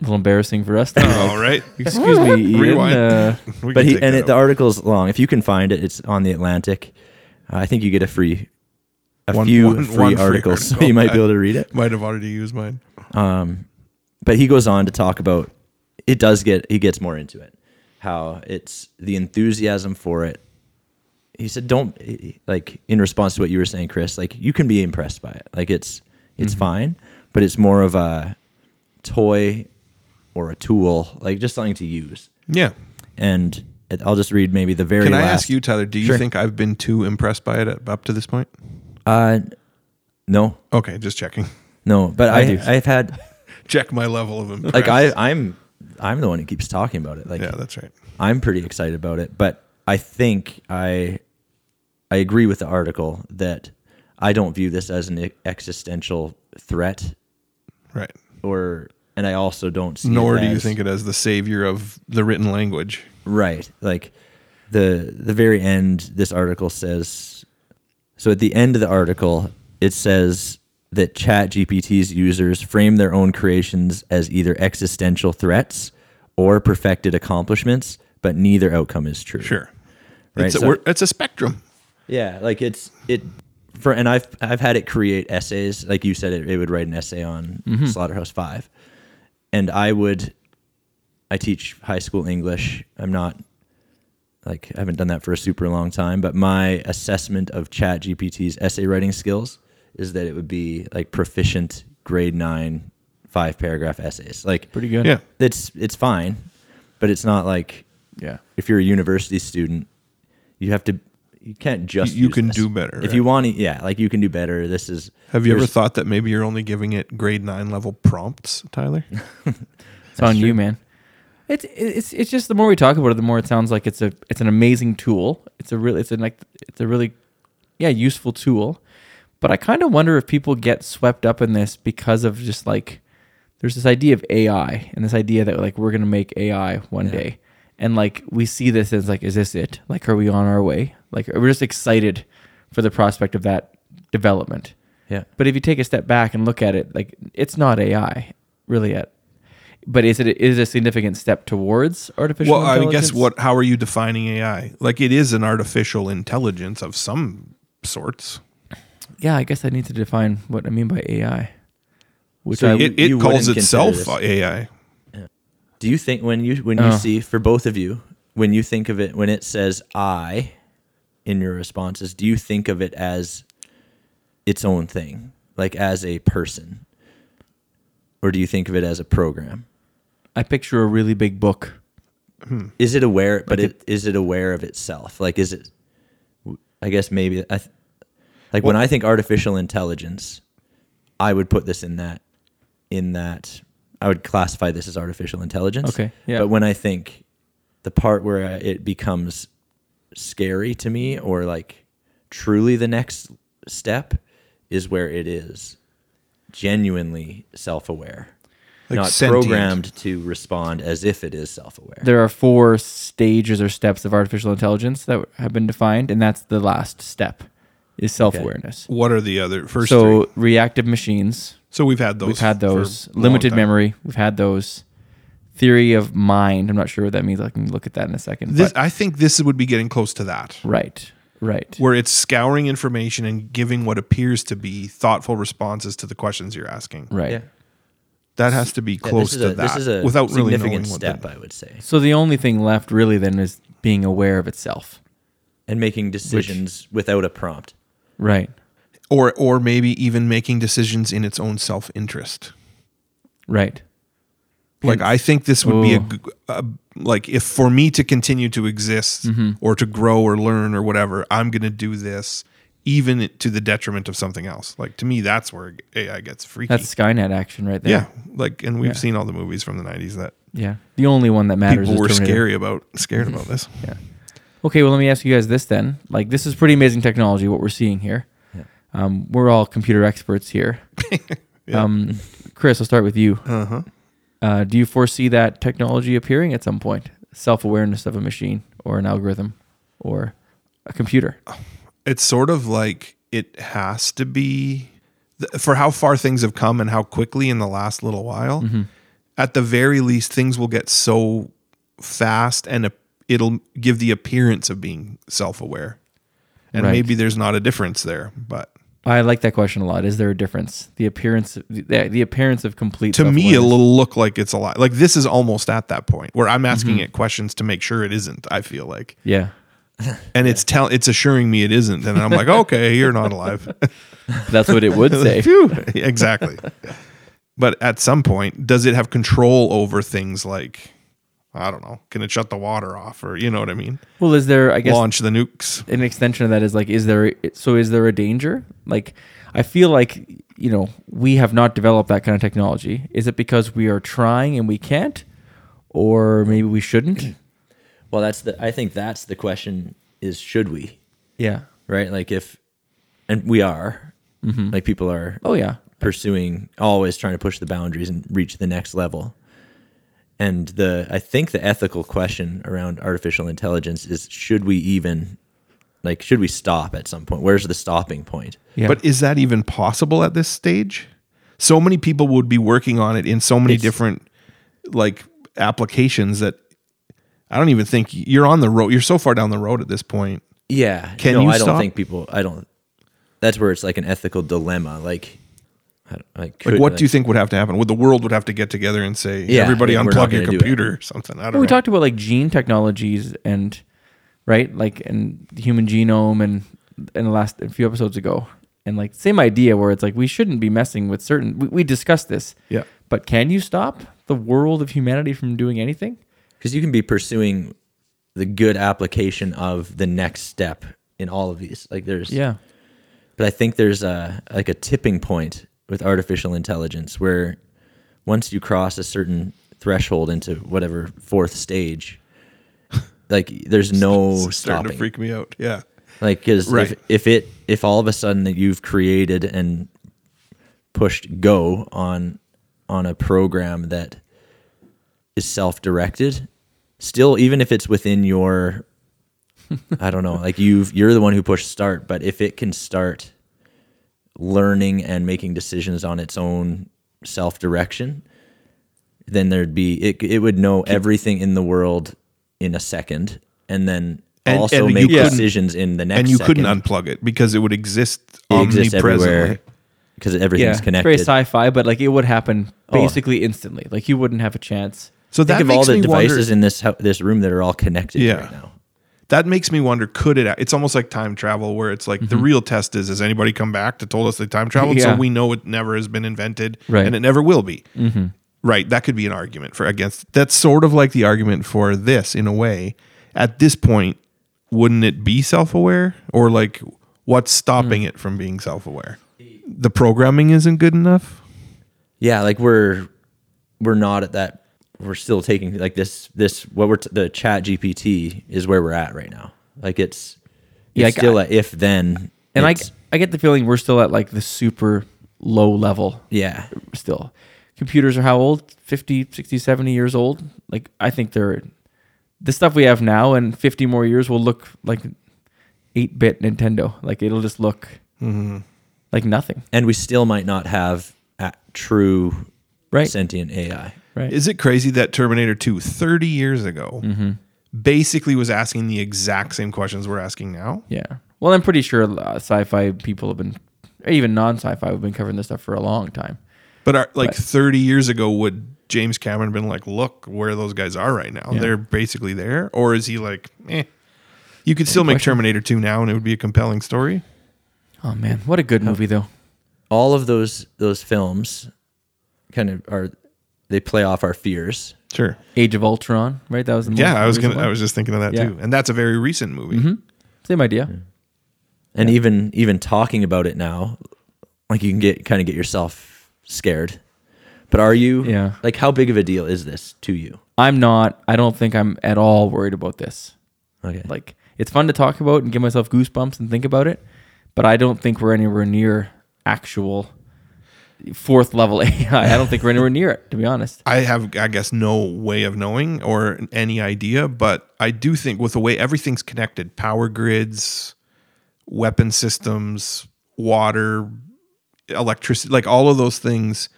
Speaker 3: little embarrassing for us. to be like,
Speaker 2: All right.
Speaker 3: Excuse me, Ian,
Speaker 2: Rewind.
Speaker 3: uh,
Speaker 2: We
Speaker 4: but
Speaker 2: can
Speaker 4: he
Speaker 2: take
Speaker 4: and
Speaker 2: that
Speaker 4: it, the
Speaker 2: out.
Speaker 4: article's long. If you can find it, it's on the Atlantic. Uh, I think you get a free, a
Speaker 2: One-
Speaker 4: few
Speaker 2: one-
Speaker 4: free
Speaker 2: one free
Speaker 4: articles, so
Speaker 2: article.
Speaker 4: you might be able to read it.
Speaker 2: might have already used mine.
Speaker 4: But he goes on to talk about it. Does get he gets more into it? How it's the enthusiasm for it. He said, "Don't like in response to what you were saying, Chris. Like you can be impressed by it. Like it's it's
Speaker 2: Mm-hmm.
Speaker 4: fine, but it's more of a toy or a tool, like just something to use."
Speaker 2: Yeah.
Speaker 4: And it, I'll just read maybe the very.
Speaker 2: Can I
Speaker 4: last-
Speaker 2: ask you, Tyler? Do you
Speaker 4: Sure.
Speaker 2: think I've been too impressed by it up to this point?
Speaker 4: Uh, no,
Speaker 2: Okay, just checking.
Speaker 4: no. But I,
Speaker 3: do.
Speaker 4: I have had
Speaker 2: Check my level of impressed.
Speaker 4: like I, I'm, I'm the one who keeps talking about it. Like
Speaker 2: yeah, that's right.
Speaker 4: I'm pretty excited about it, but I think I I agree with the article that I don't view this as an e-, existential threat
Speaker 2: Right.
Speaker 4: or and I also don't see
Speaker 2: Nor
Speaker 4: it
Speaker 2: do you
Speaker 4: as-
Speaker 2: think it as the savior of the written language.
Speaker 4: Right. Like the the very end this article says so at the end of the article it says that ChatGPT's users frame their own creations as either existential threats or perfected accomplishments, but neither outcome is true.
Speaker 2: Sure.
Speaker 4: Right,
Speaker 2: It's, a,
Speaker 4: so-
Speaker 2: we're, it's a spectrum.
Speaker 4: Yeah, like it's it for and I've I've had it create essays. Like you said, it, it would write an essay on Slaughterhouse Five, and I would. I teach high school English. I'm not like I haven't done that for a super long time, but my assessment of Chat GPT's essay writing skills is that it would be like proficient grade nine, five paragraph essays. Like
Speaker 3: Pretty good.
Speaker 2: Yeah.
Speaker 4: it's it's fine, but it's not like
Speaker 3: Yeah.
Speaker 4: if you're a university student, you have to you can't just
Speaker 2: You
Speaker 4: use
Speaker 2: can
Speaker 4: this.
Speaker 2: do better,
Speaker 4: if
Speaker 2: right.
Speaker 4: you want to yeah like you can do better this is
Speaker 2: Have you ever
Speaker 4: there's-
Speaker 2: thought that maybe you're only giving it grade nine level prompts, Tyler?
Speaker 3: It's on you, man. It's it's it's just the more we talk about it, the more it sounds like it's a it's an amazing tool. It's a really it's an like it's a really yeah useful tool. But I kind of wonder if people get swept up in this because of just like there's this idea of AI and this idea that like we're gonna make AI one day, and like we see this as like is this it? Like are we on our way? Like we're just excited for the prospect of that development.
Speaker 4: yeah
Speaker 3: But if you take a step back and look at it, like it's not AI really yet. But is it is it a significant step towards artificial
Speaker 2: well, I
Speaker 3: intelligence?
Speaker 2: guess what how are you defining AI? Like it is an artificial intelligence of some sorts.
Speaker 3: Yeah, I guess I need to define what I mean by AI. Which
Speaker 4: So
Speaker 3: I,
Speaker 4: you-
Speaker 2: It, it
Speaker 4: wouldn't
Speaker 2: calls
Speaker 4: consider
Speaker 2: itself
Speaker 4: this-
Speaker 2: AI.
Speaker 4: do you think when you when you
Speaker 3: Oh.
Speaker 4: see for both of you when you think of it when it says I in your responses do you think of it as its own thing like as a person or do you think of it as a program
Speaker 3: I picture a really big book.
Speaker 4: is it aware but it is it aware of itself like is it i guess maybe i th- like when i think artificial intelligence i would put this in that in that i would classify this as artificial intelligence
Speaker 3: Okay, yeah.
Speaker 4: but when i think the part where I- it becomes scary to me or like truly the next step is where it is genuinely self-aware
Speaker 2: Like
Speaker 4: not
Speaker 2: sentient.
Speaker 4: programmed to respond as if it is self-aware
Speaker 3: There are four stages or steps of artificial intelligence that have been defined, and that's the last step is self awareness.
Speaker 2: What are the other first
Speaker 3: So
Speaker 2: three?
Speaker 3: reactive machines,
Speaker 2: So we've had those.
Speaker 3: we've had
Speaker 2: for a
Speaker 3: those
Speaker 2: long
Speaker 3: limited
Speaker 2: time.
Speaker 3: memory. We've had those theory of mind. I'm not sure what that means. I can look at that in a second.
Speaker 2: This,
Speaker 3: but-
Speaker 2: I think this would be getting close to that,
Speaker 3: Right. Right.
Speaker 2: where it's scouring information and giving what appears to be thoughtful responses to the questions you're asking.
Speaker 3: Right.
Speaker 4: Yeah.
Speaker 2: That has to be
Speaker 4: Yeah,
Speaker 2: close
Speaker 4: this is
Speaker 2: to
Speaker 4: a,
Speaker 2: that
Speaker 4: This is a
Speaker 2: without really
Speaker 4: significant
Speaker 2: knowing what
Speaker 4: step,
Speaker 2: the,
Speaker 4: I would say,
Speaker 3: So the only thing left really then is being aware of itself.
Speaker 4: and making decisions without a prompt.
Speaker 3: Right.
Speaker 2: or or maybe even making decisions in its own self interest.
Speaker 3: Right.
Speaker 2: Like I think this would be a,
Speaker 3: Ooh.
Speaker 2: g- a- like if for me to continue to exist
Speaker 3: Mm-hmm.
Speaker 2: or to grow or learn or whatever, I'm going to do this even to the detriment of something else. Like to me, that's where AI gets freaky.
Speaker 3: That's Skynet action right
Speaker 2: yeah,
Speaker 3: there.
Speaker 2: like and we've seen all the movies from the '90s that
Speaker 3: Yeah. Yeah. The only one that matters
Speaker 2: people
Speaker 3: is
Speaker 2: were
Speaker 3: Terminator. Mm-hmm.
Speaker 2: scary about, scared about this.
Speaker 3: Yeah. Okay, well let me ask you guys this then. Like this is pretty amazing technology what we're seeing here.
Speaker 4: Yeah.
Speaker 3: Um, we're all computer experts here.
Speaker 2: Yeah.
Speaker 3: Um, Chris, I'll start with you.
Speaker 2: Uh huh.
Speaker 3: Uh, do you foresee that technology appearing at some point? Self awareness of a machine or an algorithm or a computer.
Speaker 2: it's sort of like it has to be th- for how far things have come and how quickly in the last little while
Speaker 3: Mm-hmm.
Speaker 2: at the very least things will get so fast and a- it'll give the appearance of being self-aware and
Speaker 3: Right.
Speaker 2: maybe there's not a difference there but
Speaker 3: I like that question a lot. Is there a difference? The appearance, the, the appearance of complete.
Speaker 2: to me
Speaker 3: self-awareness.
Speaker 2: it'll look like it's a lot like this is almost at that point where i'm asking
Speaker 3: Mm-hmm.
Speaker 2: it questions to make sure it isn't i feel like
Speaker 3: Yeah,
Speaker 2: and it's tell it's assuring me it isn't and i'm like okay you're not alive
Speaker 3: that's what it would say.
Speaker 2: Phew. exactly. but at some point, does it have control over things like, I don't know, can it shut the water off or, you know what I mean?
Speaker 3: well, is there? I guess
Speaker 2: Launch the nukes.
Speaker 3: an extension of that is like, is there? So, is there a danger? Like, I feel like you know we have not developed that kind of technology. Is it because we are trying and we can't, or maybe we shouldn't?
Speaker 4: Well, that's the. I think that's the question: is should we
Speaker 3: Yeah.
Speaker 4: right? Like if, and we are,
Speaker 2: Mm-hmm.
Speaker 4: like people are
Speaker 3: Oh yeah.
Speaker 4: pursuing, always trying to push the boundaries and reach the next level. And the I think the ethical question around artificial intelligence is: should we even, like, should we stop at some point? Where's the stopping point?
Speaker 3: Yeah.
Speaker 2: But is that even possible at this stage? So many people would be working on it in so many different like applications that I don't even think you're on the road. You're so far down the road at this point.
Speaker 4: Yeah.
Speaker 2: Can
Speaker 4: no,
Speaker 2: you
Speaker 4: I don't
Speaker 2: stop?
Speaker 4: think people. I don't. That's where it's like an ethical dilemma. Like, I don't, like,
Speaker 2: Like,
Speaker 4: could-
Speaker 2: what do you think would have to happen? Would the world would have to get together and say,
Speaker 4: Yeah,
Speaker 2: "Everybody
Speaker 4: like, we're not
Speaker 2: unplug your
Speaker 4: gonna do it.
Speaker 2: computer" or something? I don't
Speaker 3: Well, we
Speaker 2: know.
Speaker 3: talked about like gene technologies and right, like and the human genome and in the last a few episodes ago, and like same idea where it's like we shouldn't be messing with certain. We, we discussed this.
Speaker 2: Yeah.
Speaker 3: But can you stop the world of humanity from doing anything?
Speaker 4: because you can be pursuing the good application of the next step in all of these like there's
Speaker 3: Yeah.
Speaker 4: but i think there's a like a tipping point with artificial intelligence where once you cross a certain threshold into whatever fourth stage like there's no
Speaker 2: It's starting
Speaker 4: stopping
Speaker 2: to freak me out. Yeah,
Speaker 4: like because
Speaker 2: Right.
Speaker 4: if, if it if all of a sudden that you've created and pushed go on on a program that is self-directed still even if it's within your i don't know like you've you're the one who pushed start but if it can start learning and making decisions on its own self-direction then there'd be it, it would know everything in the world in a second and then
Speaker 2: And-
Speaker 4: also
Speaker 2: and
Speaker 4: make
Speaker 2: you couldn't-
Speaker 4: decisions in the next
Speaker 2: and you
Speaker 4: second.
Speaker 2: couldn't unplug it because it would exist
Speaker 4: it exists
Speaker 2: omnipresently.
Speaker 4: everywhere because everything's
Speaker 3: yeah.
Speaker 4: connected
Speaker 3: It's very sci-fi, but like it would happen
Speaker 4: Oh.
Speaker 3: basically instantly. Like you wouldn't have a chance.
Speaker 2: So
Speaker 4: think
Speaker 2: that
Speaker 4: of all
Speaker 2: makes
Speaker 4: the
Speaker 2: me
Speaker 4: devices
Speaker 2: wonder.
Speaker 4: in this hou- this room that are all connected
Speaker 2: Yeah.
Speaker 4: right now
Speaker 2: that makes me wonder could it it's almost like time travel where it's like the
Speaker 4: Mm-hmm.
Speaker 2: real test is has anybody come back to told us they time traveled
Speaker 3: Yeah.
Speaker 2: so we know it never has been invented
Speaker 3: Right.
Speaker 2: and it never will be
Speaker 4: Mm-hmm.
Speaker 2: right that could be an argument for against that's sort of like the argument for this in a way at this point wouldn't it be self-aware or like what's stopping
Speaker 4: Hmm.
Speaker 2: it from being self-aware the programming isn't good enough
Speaker 4: yeah like we're we're not at that we're still taking like this this what we're t- the chat gpt is where we're at right now like it's,
Speaker 3: Yeah,
Speaker 4: it's
Speaker 3: I-
Speaker 4: still a if then
Speaker 3: And I,
Speaker 4: It's-
Speaker 3: I get the feeling we're still at like the super low level
Speaker 4: yeah
Speaker 3: still. Computers are how old? 50, 60, 70 years old? Like, I think they're the stuff we have now in 50 more years will look like 8 bit Nintendo. Like, it'll just look
Speaker 2: Mm-hmm.
Speaker 3: like nothing.
Speaker 4: and we still might not have a true
Speaker 3: Right.
Speaker 4: sentient ai
Speaker 3: Right.
Speaker 2: Is it crazy that Terminator 2, 30 years ago,
Speaker 3: Mm-hmm.
Speaker 2: basically was asking the exact same questions we're asking now?
Speaker 3: yeah. Well, I'm pretty sure uh, sci fi people have been, or even non sci fi, have been covering this stuff for a long time.
Speaker 2: But are, like
Speaker 3: Right.
Speaker 2: 30 years ago, would James Cameron been like, look where those guys are right now?
Speaker 3: Yeah.
Speaker 2: They're basically there. Or is he like, eh? You could still make
Speaker 3: question.
Speaker 2: Terminator 2 now and it would be a compelling story.
Speaker 3: Oh, man. What a good movie, though.
Speaker 4: all of those those films kind of are they play off our fears
Speaker 2: Sure.
Speaker 3: Age of Ultron, right? That was the most
Speaker 2: Yeah, I was
Speaker 3: recent
Speaker 2: gonna. I
Speaker 3: one.
Speaker 2: was just thinking of that
Speaker 3: Yeah. Mm-hmm.
Speaker 2: too, and that's a very recent movie.
Speaker 3: Same idea.
Speaker 4: and even even talking about it now like you can get kind of get yourself scared but are you
Speaker 3: Yeah.
Speaker 4: like how big of a deal is this to you
Speaker 3: I'm not, I don't think I'm at all worried about this.
Speaker 4: okay
Speaker 3: Like it's fun to talk about and give myself goosebumps and think about it, but I don't think we're anywhere near actual fourth level AI. I don't think we're anywhere near it, to be honest.
Speaker 2: I have, I guess, no way of knowing or any idea, but I do think with the way everything's connected power grids, weapon systems, water, electricity like all of those things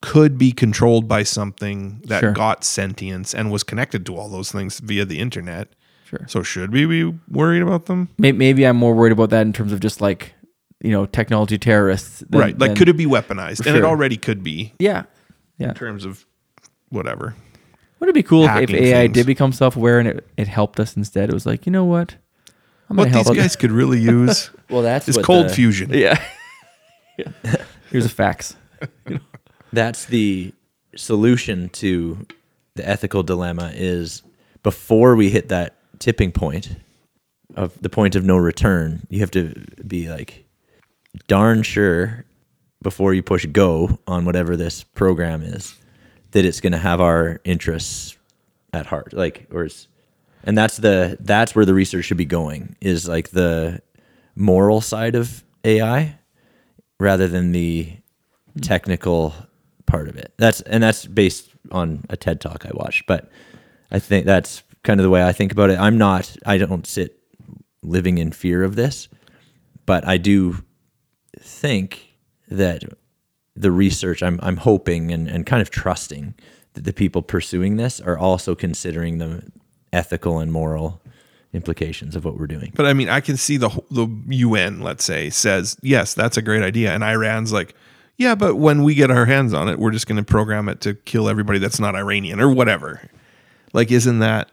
Speaker 2: could be controlled by something that
Speaker 3: Sure.
Speaker 2: got sentience and was connected to all those things via the internet.
Speaker 3: Sure.
Speaker 2: So, should we be worried about them?
Speaker 3: May- Maybe I'm more worried about that in terms of just like you know technology terrorists. than-
Speaker 2: right. Like,
Speaker 3: than-
Speaker 2: could it be weaponized? And it
Speaker 3: Sure.
Speaker 2: already could be
Speaker 3: Yeah. Yeah.
Speaker 2: in terms of whatever.
Speaker 3: Would it be cool if, if
Speaker 2: Hacking
Speaker 3: AI
Speaker 2: things.
Speaker 3: did become self-aware and it, it helped us instead? It was like you know what, I'm
Speaker 2: What
Speaker 3: gonna
Speaker 2: these
Speaker 3: help.
Speaker 2: guys could really use
Speaker 4: well that's
Speaker 2: is
Speaker 4: what
Speaker 2: cold
Speaker 4: the-
Speaker 2: fusion.
Speaker 3: yeah. yeah. Here's a fax.
Speaker 4: that's the solution to the ethical dilemma is before we hit that tipping point of the point of no return you have to be like darn sure before you push go on whatever this program is that it's going to have our interests at heart like or it's and that's the that's where the research should be going is like the moral side of AI rather than the technical part of it. That's and that's based on a TED talk I watched, but I think that's kind of the way I think about it. I'm not I don't sit living in fear of this, but I do think that the research I'm I'm hoping and, and kind of trusting that the people pursuing this are also considering the ethical and moral implications of what we're doing.
Speaker 2: But I mean, I can see the wh- the UN, let's say, says yes, that's a great idea, and Iran's like, yeah, but when we get our hands on it, we're just going to program it to kill everybody that's not Iranian or whatever. Like, isn't that?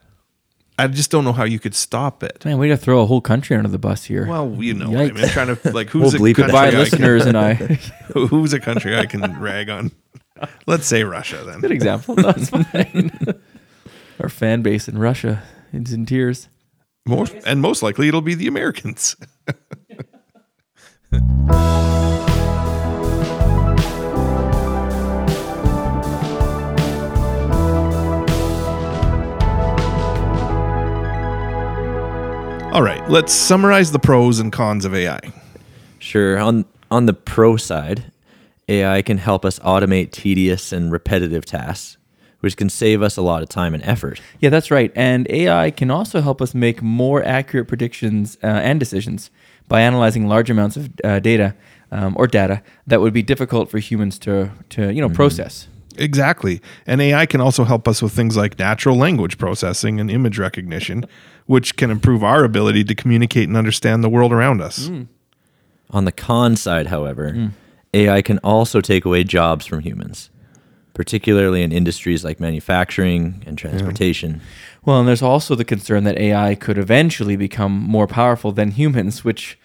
Speaker 2: I just don't know how you could stop it.
Speaker 3: Man, we got to throw a whole country under the bus here.
Speaker 2: Well, you know, what I
Speaker 3: Yikes.
Speaker 2: mean, trying to like
Speaker 4: We'll
Speaker 2: who's a
Speaker 4: bleep it
Speaker 2: country
Speaker 4: out.
Speaker 3: by
Speaker 2: I can-
Speaker 3: listeners and I.
Speaker 2: who's a country I can rag on? Let's say Russia then.
Speaker 3: Good example. That's fine. Our fan base in Russia is in tears.
Speaker 2: Most, and most likely it'll be the Americans. All right, let's summarize the pros and cons of AI.
Speaker 4: Sure. On on the pro side, AI can help us automate tedious and repetitive tasks, which can save us a lot of time and effort.
Speaker 3: Yeah, that's right. And AI can also help us make more accurate predictions uh, and decisions by analyzing large amounts of uh, data um, or data that would be difficult for humans to to you know process.
Speaker 2: Exactly. And AI can also help us with things like natural language processing and image recognition, which can improve our ability to communicate and understand the world around us.
Speaker 4: On the con side, however, AI can also take away jobs from humans, particularly in industries like manufacturing and transportation.
Speaker 3: Well, and there's also the concern that AI could eventually become more powerful than humans, which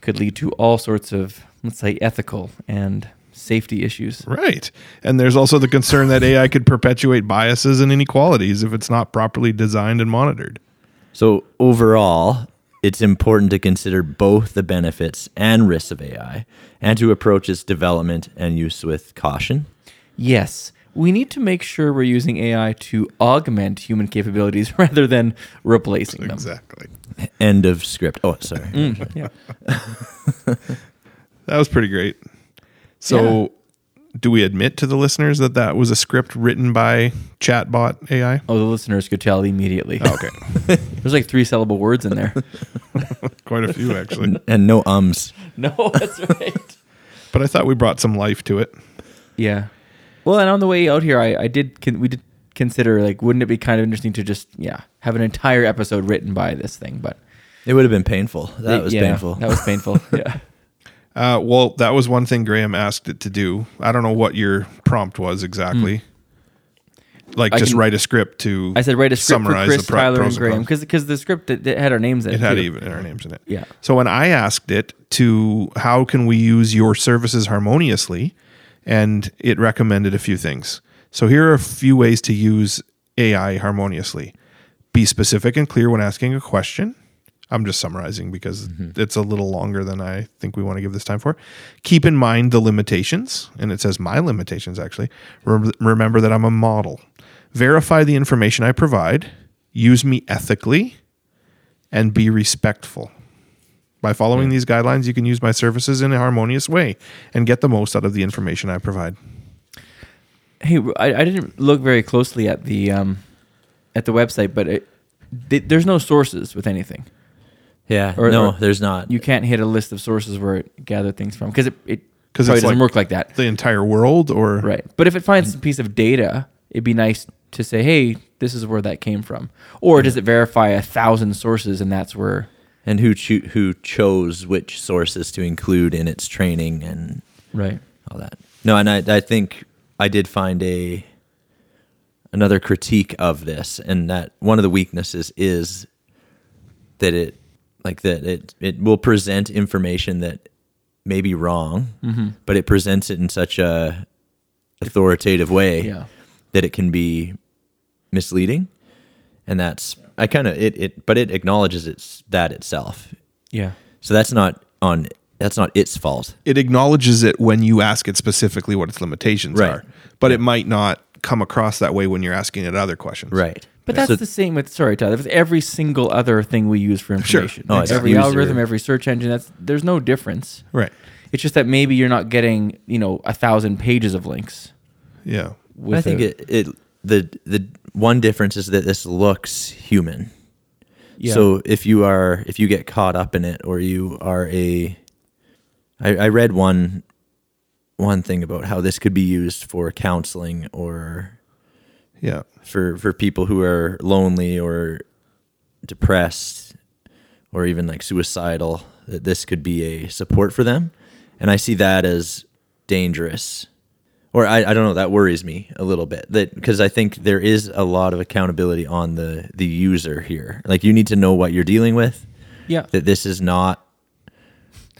Speaker 3: could lead to all sorts of let's say ethical and safety issues.
Speaker 2: Right. And there's also the concern that AI could perpetuate biases and inequalities if it's not properly designed and monitored.
Speaker 4: So overall, it's important to consider both the benefits and risks of AI and to approach its development and use with caution.
Speaker 3: Yes. We need to make sure we're using AI to augment human capabilities rather than replacing them.
Speaker 2: Exactly.
Speaker 4: End of script. Oh, sorry.
Speaker 3: Yeah.
Speaker 2: That was pretty great. So, do we admit to the listeners that that was a script written by chatbot AI?
Speaker 3: Oh, the listeners could tell immediately.
Speaker 2: Okay.
Speaker 3: There's like three syllable words in there.
Speaker 2: Quite a few, actually.
Speaker 4: And no ums.
Speaker 3: no, that's right.
Speaker 2: But I thought we brought some life to it.
Speaker 3: yeah. Well, and on the way out here, I, I did con- we did consider like, wouldn't it be kind of interesting to just yeah have an entire episode written by this thing? But
Speaker 4: It would have been painful. That was
Speaker 3: yeah,
Speaker 4: painful.
Speaker 3: That was painful. yeah.
Speaker 2: Uh, well, that was one thing Graham asked it to do. I don't know what your prompt was exactly. Like,
Speaker 3: Hmm. I
Speaker 2: just
Speaker 3: can-
Speaker 2: write a script to.
Speaker 3: I said write a script for
Speaker 2: Summarize
Speaker 3: Chris,
Speaker 2: the pro-
Speaker 3: Tyler,
Speaker 2: pros
Speaker 3: and
Speaker 2: and
Speaker 3: Graham
Speaker 2: cons.
Speaker 3: because the script it, it had our names in it.
Speaker 2: It had
Speaker 3: too.
Speaker 2: even our names in it.
Speaker 3: Yeah.
Speaker 2: So when I asked it to how can we use your services harmoniously, and it recommended a few things. So here are a few ways to use AI harmoniously. Be specific and clear when asking a question. I'm just summarizing because it's a little longer than I think we want to give this time for. Keep in mind the limitations, and it says my limitations actually. Rem- remember that I'm a model. Verify the information I provide. Use me ethically and be respectful. By following these guidelines, you can use my services in a harmonious way and get the most out of the information I provide.
Speaker 3: Hey, I, I didn't look very closely at the um, at the website, but it, th- there's no sources with anything.
Speaker 4: yeah.
Speaker 3: Or-
Speaker 4: no,
Speaker 3: or-
Speaker 4: there's not.
Speaker 3: You can't hit a list of sources where it gathered things from because it it
Speaker 2: 'Cause
Speaker 3: probably
Speaker 2: it's
Speaker 3: doesn't
Speaker 2: like-
Speaker 3: work like that,
Speaker 2: The entire world, or
Speaker 3: right? But if it finds a piece of data, it'd be nice to say, "Hey, this is where that came from," or does it verify a thousand sources and that's where?
Speaker 4: and who cho- who chose which sources to include in its training and
Speaker 3: Right.
Speaker 4: all that. No, and I, I think I did find a another critique of this, and that one of the weaknesses is that it like that it it will present information that may be wrong, but it presents it in such a authoritative way
Speaker 3: Yeah.
Speaker 4: that it can be misleading, and that's I kind of it it but it acknowledges it's that itself,
Speaker 3: Yeah.
Speaker 4: so that's not on that's not its fault.
Speaker 2: it acknowledges it when you ask it specifically what its limitations
Speaker 4: Right.
Speaker 2: are, but it might not come across that way when you're asking it other questions.
Speaker 4: Right.
Speaker 3: But
Speaker 4: Yeah.
Speaker 3: that's
Speaker 4: So-
Speaker 3: the same with sorry, Tyler. With every single other thing we use for information,
Speaker 4: No, it's
Speaker 3: every
Speaker 4: easier.
Speaker 3: algorithm, every search engine, that's there's no difference.
Speaker 2: Right.
Speaker 3: It's just that maybe you're not getting you know a thousand pages of links.
Speaker 2: Yeah.
Speaker 3: With
Speaker 4: I think
Speaker 3: a-
Speaker 4: it, it the the one difference is that this looks human.
Speaker 3: Yeah.
Speaker 4: So if you are if you get caught up in it or you are a I, I read one one thing about how this could be used for counseling or
Speaker 2: Yeah.
Speaker 4: for for people who are lonely or depressed or even like suicidal that this could be a support for them and i see that as dangerous or i, I don't know that worries me a little bit that because i think there is a lot of accountability on the the user here like you need to know what you're dealing with
Speaker 3: yeah,
Speaker 4: that this is not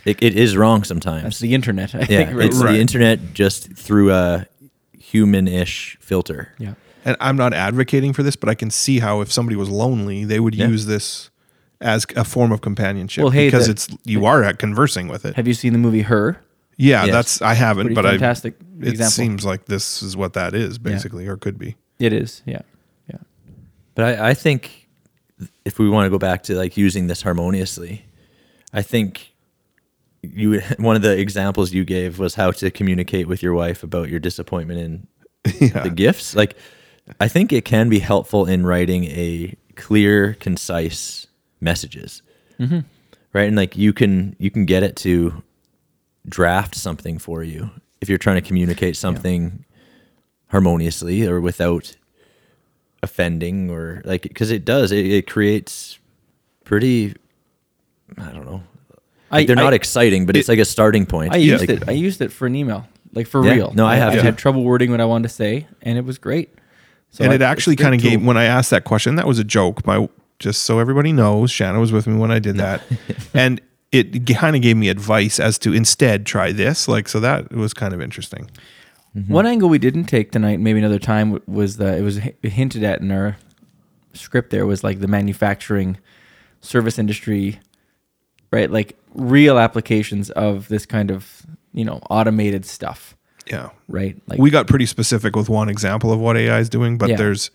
Speaker 4: it, it is wrong sometimes
Speaker 3: that's the internet. I
Speaker 4: yeah
Speaker 3: think, right?
Speaker 4: it's
Speaker 2: Right.
Speaker 4: the internet just through a human-ish filter
Speaker 3: yeah.
Speaker 2: And I'm not advocating for this, but I can see how if somebody was lonely, they would
Speaker 4: Yeah.
Speaker 2: use this as a form of companionship
Speaker 3: Well, hey,
Speaker 2: because
Speaker 3: the-
Speaker 2: it's you are at conversing with it.
Speaker 3: Have you seen the movie Her?
Speaker 2: yeah,
Speaker 4: Yes.
Speaker 2: that's I haven't,
Speaker 3: Pretty
Speaker 2: but
Speaker 3: fantastic
Speaker 2: I it
Speaker 3: example.
Speaker 2: seems like this is what that is basically or could be.
Speaker 3: It is. Yeah. Yeah.
Speaker 4: But I, I think if we want to go back to like using this harmoniously, I think you one of the examples you gave was how to communicate with your wife about your disappointment in
Speaker 2: yeah.
Speaker 4: the gifts. Like I think it can be helpful in writing a clear, concise messages.
Speaker 3: Mm-hmm.
Speaker 4: Right? And like you can you can get it to draft something for you if you're trying to communicate something harmoniously or without offending or like because it does it, it creates pretty i don't know like they're not exciting but it's like a starting point
Speaker 3: I used
Speaker 2: like-
Speaker 3: it. I used it for an email, like for
Speaker 4: Yeah.
Speaker 3: real.
Speaker 4: No, I have
Speaker 3: I
Speaker 4: to.
Speaker 3: had trouble wording what I wanted to say, and it was great. So
Speaker 2: and
Speaker 3: I-
Speaker 2: it actually
Speaker 3: it's a
Speaker 2: kind
Speaker 3: good
Speaker 2: of gave
Speaker 3: tool.
Speaker 2: when I asked that question, that was a joke. My just so everybody knows, Shanna was with me when I did that, and it kind of gave me advice as to instead try this. Like so, that was kind of interesting. Mm-hmm.
Speaker 3: One angle we didn't take tonight, maybe another time, w- was the it was h- hinted at in our script. There was like the manufacturing, service industry, right? Like real applications of this kind of you know automated stuff,
Speaker 2: Yeah,
Speaker 3: right? Like
Speaker 2: we got pretty specific with one example of what AI is doing, but
Speaker 3: Yeah.
Speaker 2: there's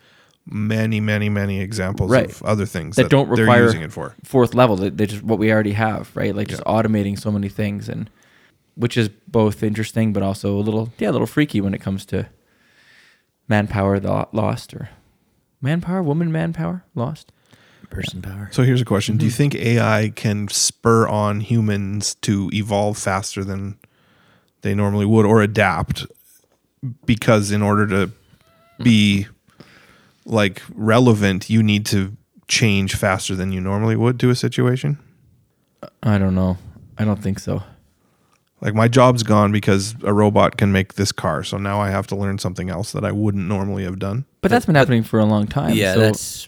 Speaker 2: many, many, many examples
Speaker 3: Right.
Speaker 2: of other things
Speaker 3: that, don't require
Speaker 2: they're using it for.
Speaker 3: fourth level. They, they just what we already have, right? Like just automating so many things, and which is both interesting but also a little yeah, a little freaky when it comes to manpower lo- lost or manpower, woman manpower lost.
Speaker 4: person power
Speaker 2: So here's a question:
Speaker 4: Mm-hmm.
Speaker 2: Do you think AI can spur on humans to evolve faster than they normally would, or adapt? Because in order to
Speaker 4: Mm-hmm.
Speaker 2: be like relevant, you need to change faster than you normally would to a situation.
Speaker 3: I don't know. I don't think so.
Speaker 2: Like my job's gone because a robot can make this car, so now I have to learn something else that I wouldn't normally have done.
Speaker 3: But that's been happening for a long time.
Speaker 4: yeah
Speaker 3: so
Speaker 4: that's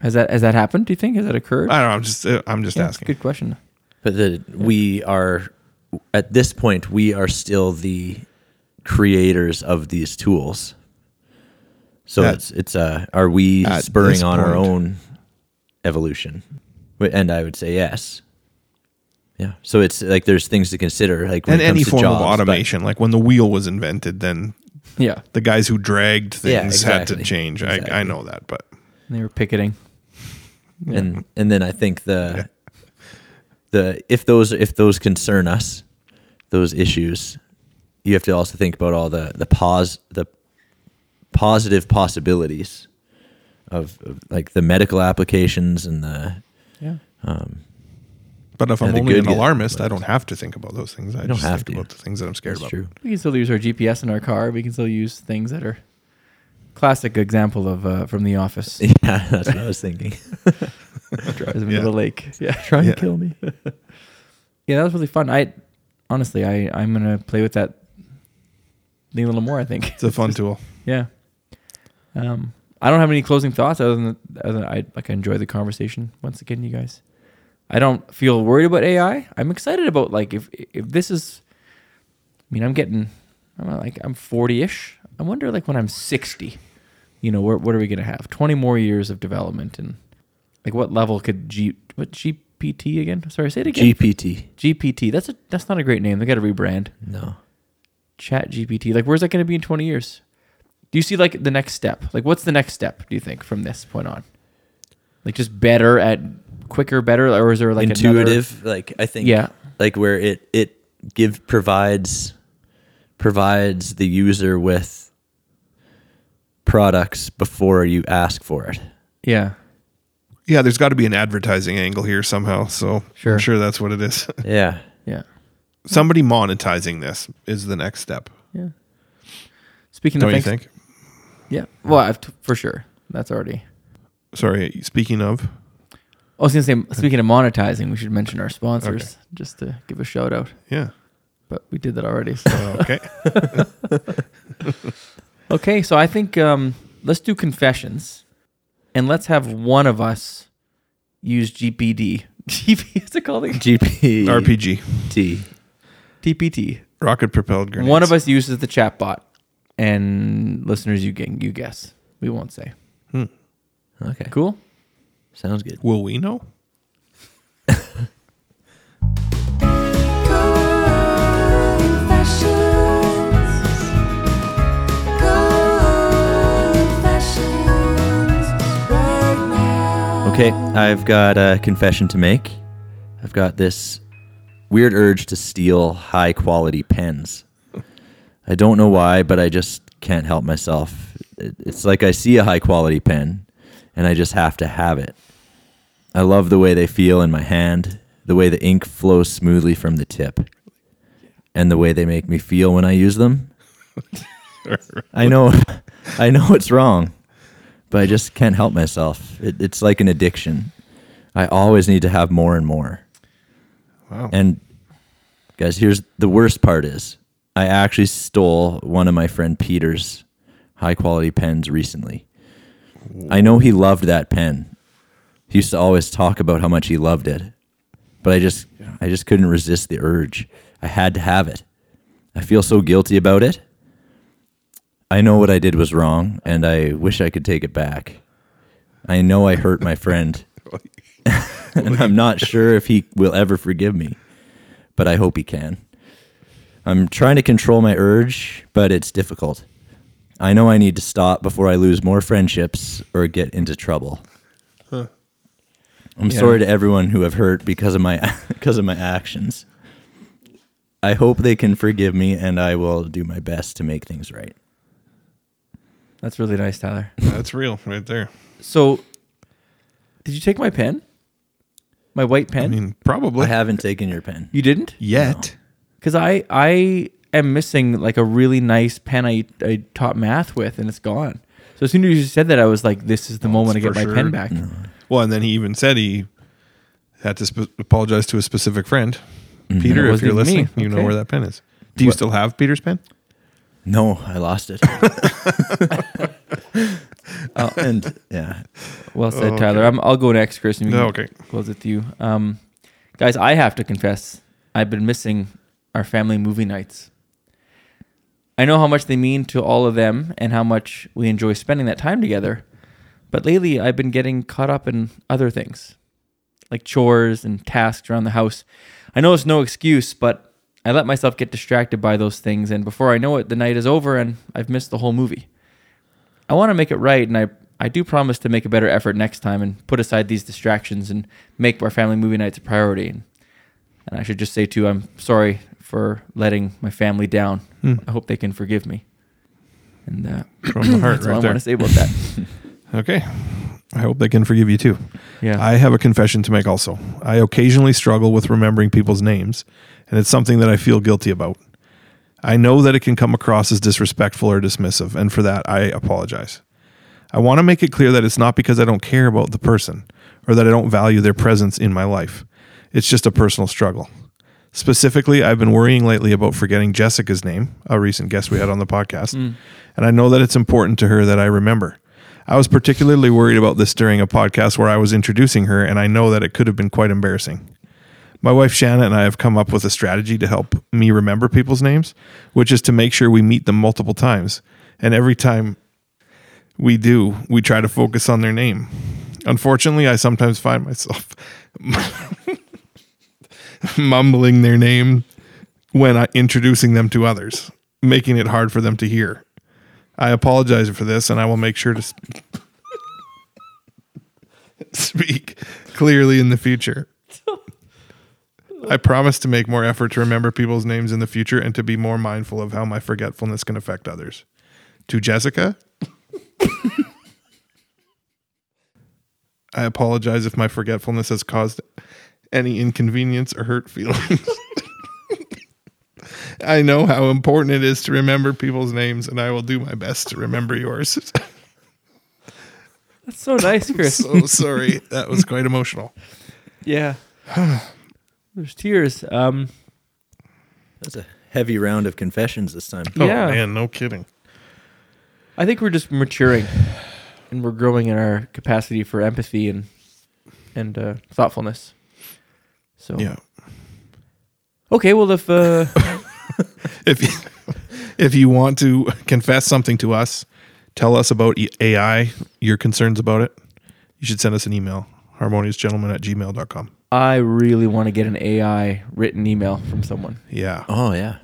Speaker 3: has that has that happened? Do you think has that occurred?
Speaker 2: I don't know. I'm just uh, I'm just
Speaker 3: Yeah, it's a
Speaker 2: asking.
Speaker 3: good question.
Speaker 4: But the, we are, at this point, we are still the creators of these tools. So
Speaker 2: At-
Speaker 4: it's it's uh, are we
Speaker 2: at this
Speaker 4: spurring on our
Speaker 2: point.
Speaker 4: own evolution? Wh- And I would say yes. Yeah. So it's like there's things to consider, like when
Speaker 2: And
Speaker 4: it comes
Speaker 2: any
Speaker 4: to
Speaker 2: form
Speaker 4: jobs,
Speaker 2: of
Speaker 4: but-
Speaker 2: automation, like when the wheel was invented, then
Speaker 3: Yeah,
Speaker 2: the guys who dragged things
Speaker 4: Yeah,
Speaker 2: had
Speaker 4: exactly.
Speaker 2: to change. I, I
Speaker 4: Exactly.
Speaker 2: know that, but
Speaker 3: they were picketing.
Speaker 4: and and then I think the the if those if those concern us, those issues, you have to also think about all the the pause the positive possibilities of, of like the medical applications and the um,
Speaker 3: Yeah.
Speaker 2: but if
Speaker 4: Yeah,
Speaker 2: I'm
Speaker 4: the
Speaker 2: only
Speaker 4: good
Speaker 2: an
Speaker 4: get
Speaker 2: alarmist, I
Speaker 4: less.
Speaker 2: don't have to think about those things. I
Speaker 4: don't
Speaker 2: just
Speaker 4: have
Speaker 2: think
Speaker 4: to.
Speaker 2: about the things that I'm scared
Speaker 4: that's
Speaker 2: about.
Speaker 4: true.
Speaker 3: We can still use our GPS in our car. We can still use things that are classic example of uh, from The Office.
Speaker 4: Yeah, that's what I was thinking.
Speaker 3: drives him
Speaker 2: Yeah.
Speaker 3: into the lake. Yeah,
Speaker 4: Trying
Speaker 2: Yeah.
Speaker 4: to kill me.
Speaker 3: yeah, that was really fun. I honestly, I I'm gonna play with that thing a little more. I think.
Speaker 2: It's a fun tool.
Speaker 3: Yeah. Um, I don't have any closing thoughts other than, other than I like I enjoy the conversation once again, you guys. I don't feel worried about AI. I'm excited about like if if this is. I mean, I'm getting, I'm not, like I'm 40ish. I wonder like when I'm 60, you know, where, what are we gonna have? 20 more years of development and like what level could G what GPT again? Sorry, say it again.
Speaker 4: GPT.
Speaker 3: GPT. That's a that's not a great name. They got to rebrand.
Speaker 4: No.
Speaker 3: Chat GPT. Like, where's that going to be in 20 years? Do you see like the next step? Like, what's the next step? Do you think from this point on? Like, just better at quicker, better, or is there like another-
Speaker 4: intuitive like i think
Speaker 3: Yeah.
Speaker 4: like where it it give provides provides the user with products before you ask for it
Speaker 3: yeah.
Speaker 2: Yeah, there's got to be an advertising angle here somehow. So
Speaker 3: Sure.
Speaker 2: I'm sure that's what it is.
Speaker 4: yeah
Speaker 3: Yeah.
Speaker 2: Somebody monetizing this is the next step.
Speaker 3: Yeah. Speaking
Speaker 2: Don't
Speaker 3: of
Speaker 2: you
Speaker 3: things-
Speaker 2: think?
Speaker 3: Yeah. Well, I've t- for sure. That's already.
Speaker 2: Sorry, speaking of,
Speaker 3: I was gonna say, speaking of monetizing, we should mention our sponsors just to give a shout out.
Speaker 2: yeah.
Speaker 3: But we did that already. So.
Speaker 2: Okay.
Speaker 3: okay, so I think um, let's do confessions, and let's have one of us use GPD. GP is it called?
Speaker 4: gp
Speaker 2: RPG.
Speaker 4: T.
Speaker 3: TPT.
Speaker 2: Rocket propelled grenades.
Speaker 3: One of us uses the chat bot, and listeners, you can you guess. We won't say.
Speaker 4: okay
Speaker 3: Cool.
Speaker 4: sounds good
Speaker 2: Will we know?
Speaker 4: okay i've got a confession to make i've got this weird urge to steal high quality pens i don't know why but i just can't help myself It- it's like i see a high quality pen and i just have to have it i love the way they feel in my hand the way the ink flows smoothly from the tip and the way they make me feel when i use them i know i know it's wrong but I just can't help myself. It, it's like an addiction. I always need to have more and more.
Speaker 2: Wow.
Speaker 4: And guys, here's the worst part is I actually stole one of my friend Peter's high quality pens recently. I know he loved that pen. He used to always talk about how much he loved it. But I just I just couldn't resist the urge. I had to have it. I feel so guilty about it. I know what I did was wrong and I wish I could take it back. I know I hurt my friend. and I'm not sure if he will ever forgive me, but I hope he can. I'm trying to control my urge, but it's difficult. I know I need to stop before I lose more friendships or get into trouble. I'm sorry to everyone who have hurt because of my because of my actions. I hope they can forgive me and I will do my best to make things right.
Speaker 3: That's really nice, Tyler.
Speaker 2: That's real right there.
Speaker 3: So, did you take my pen? My white pen?
Speaker 2: I mean, probably.
Speaker 4: I haven't taken your pen.
Speaker 3: you didn't?
Speaker 2: Yet.
Speaker 3: Because I I am missing like a really nice pen I I taught math with, and it's gone. So as soon as you said that, I was like, "This is the moment I
Speaker 2: Oh, it's
Speaker 3: get
Speaker 2: for
Speaker 3: my pen
Speaker 2: sure. Mm.
Speaker 3: back."
Speaker 2: Well, and then he even said he had to sp- apologize to a specific friend.
Speaker 3: Mm-hmm. It
Speaker 2: Peter, if
Speaker 3: wasn't
Speaker 2: you're
Speaker 3: even me.
Speaker 2: listening, you know
Speaker 3: Okay.
Speaker 2: where that pen is. Do you still have Peter's pen?
Speaker 4: No, I lost it. Oh, and yeah,
Speaker 3: Well said, Tyler. I'm, I'll go next, Chris. And we
Speaker 2: Oh, No,
Speaker 3: can
Speaker 2: okay.
Speaker 3: Close it to you, um, guys. I have to confess, I've been missing our family movie nights. I know how much they mean to all of them and how much we enjoy spending that time together. But lately, I've been getting caught up in other things, like chores and tasks around the house. I know it's no excuse, but I let myself get distracted by those things, and before I know it, the night is over and I've missed the whole movie. I want to make it right, and I I do promise to make a better effort next time and put aside these distractions and make our family movie nights a priority. And, and I should just say too, I'm sorry for letting my family down. I hope they can forgive me. And uh,
Speaker 2: From the heart
Speaker 3: that's all I
Speaker 2: right
Speaker 3: want to
Speaker 2: there.
Speaker 3: say about that.
Speaker 2: Okay. I hope they can forgive you too.
Speaker 3: Yeah.
Speaker 2: I have a confession to make also. I occasionally struggle with remembering people's names, and it's something that I feel guilty about. I know that it can come across as disrespectful or dismissive, and for that, I apologize. I want to make it clear that it's not because I don't care about the person or that I don't value their presence in my life. It's just a personal struggle. Specifically, I've been worrying lately about forgetting Jessica's name, a recent guest we had on the podcast, and I know that it's important to her that I remember. I was particularly worried about this during a podcast where I was introducing her, and I know that it could have been quite embarrassing. My wife Shanna and I have come up with a strategy to help me remember people's names, which is to make sure we meet them multiple times. And every time we do, we try to focus on their name. Unfortunately, I sometimes find myself mumbling their name when I, introducing them to others, making it hard for them to hear. I apologize for this, and I will make sure to s- speak clearly in the future. I promise to make more effort to remember people's names in the future and to be more mindful of how my forgetfulness can affect others. To Jessica, I apologize if my forgetfulness has caused any inconvenience or hurt feelings. I know how important it is to remember people's names, and I will do my best to remember yours.
Speaker 3: That's so nice, Chris.
Speaker 2: so sorry. That was quite emotional.
Speaker 3: yeah. There's tears. Um,
Speaker 4: That's a heavy round of confessions this time.
Speaker 2: Oh,
Speaker 3: Yeah.
Speaker 2: man, no kidding.
Speaker 3: I think we're just maturing, and we're growing in our capacity for empathy and and uh, thoughtfulness. So
Speaker 2: Yeah.
Speaker 3: Okay, well if uh,
Speaker 2: If you, if you want to confess something to us, tell us about E- AI, your concerns about it, you should send us an email, harmoniousgentleman at gmail.com.
Speaker 3: I really want to get an AI written email from someone.
Speaker 2: Yeah.
Speaker 4: Oh yeah.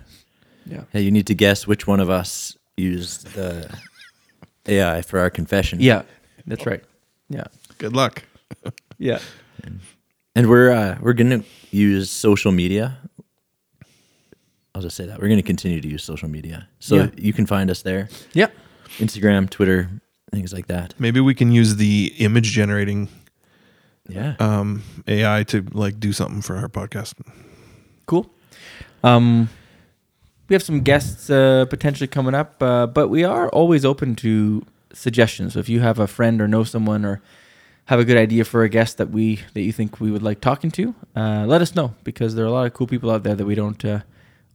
Speaker 3: Yeah.
Speaker 4: Yeah, you need to guess which one of us used the AI for our confession.
Speaker 3: Yeah, that's right. Yeah,
Speaker 2: Good luck.
Speaker 3: yeah.
Speaker 4: And we're uh, we're gonna use social media. I'll just say that. We're gonna continue to use social media. So
Speaker 3: Yeah.
Speaker 4: you can find us there.
Speaker 3: Yeah.
Speaker 4: Instagram, Twitter, things like that.
Speaker 2: Maybe we can use the image generating
Speaker 4: Yeah.
Speaker 2: um, AI to like do something for our podcast.
Speaker 3: Cool. Um, we have some guests uh, potentially coming up, uh, but we are always open to suggestions. So if you have a friend or know someone or have a good idea for a guest that we that you think we would like talking to, uh, let us know because there are a lot of cool people out there that we don't uh,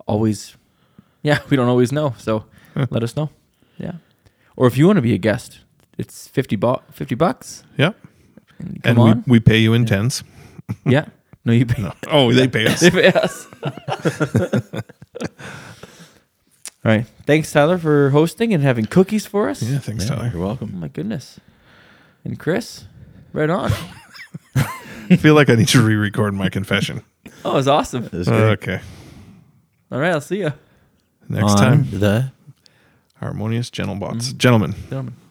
Speaker 3: always, yeah, we don't always know. So let us know. Yeah. Or if you want to be a guest, it's 50, bu- 50 bucks.
Speaker 2: Yeah.
Speaker 3: And you come
Speaker 2: And
Speaker 3: on.
Speaker 2: we, we pay you in tens.
Speaker 3: yeah. No, you pay.
Speaker 2: Oh, they pay us.
Speaker 3: If yes. All right. Thanks, Tyler, for hosting and having cookies for us.
Speaker 2: Yeah, thanks,
Speaker 4: Yeah,
Speaker 2: Tyler.
Speaker 4: You're
Speaker 3: Oh
Speaker 4: welcome.
Speaker 3: my goodness. And Chris, right on.
Speaker 2: I feel like I need to re-record my confession.
Speaker 3: Oh, it was awesome.
Speaker 4: This is great.
Speaker 2: Okay.
Speaker 3: All right, I'll see you,
Speaker 2: Uh, Next
Speaker 4: On Mm-hmm.
Speaker 2: time,
Speaker 4: the
Speaker 2: harmonious gentle bots. Gentlemen.
Speaker 3: gentlemen.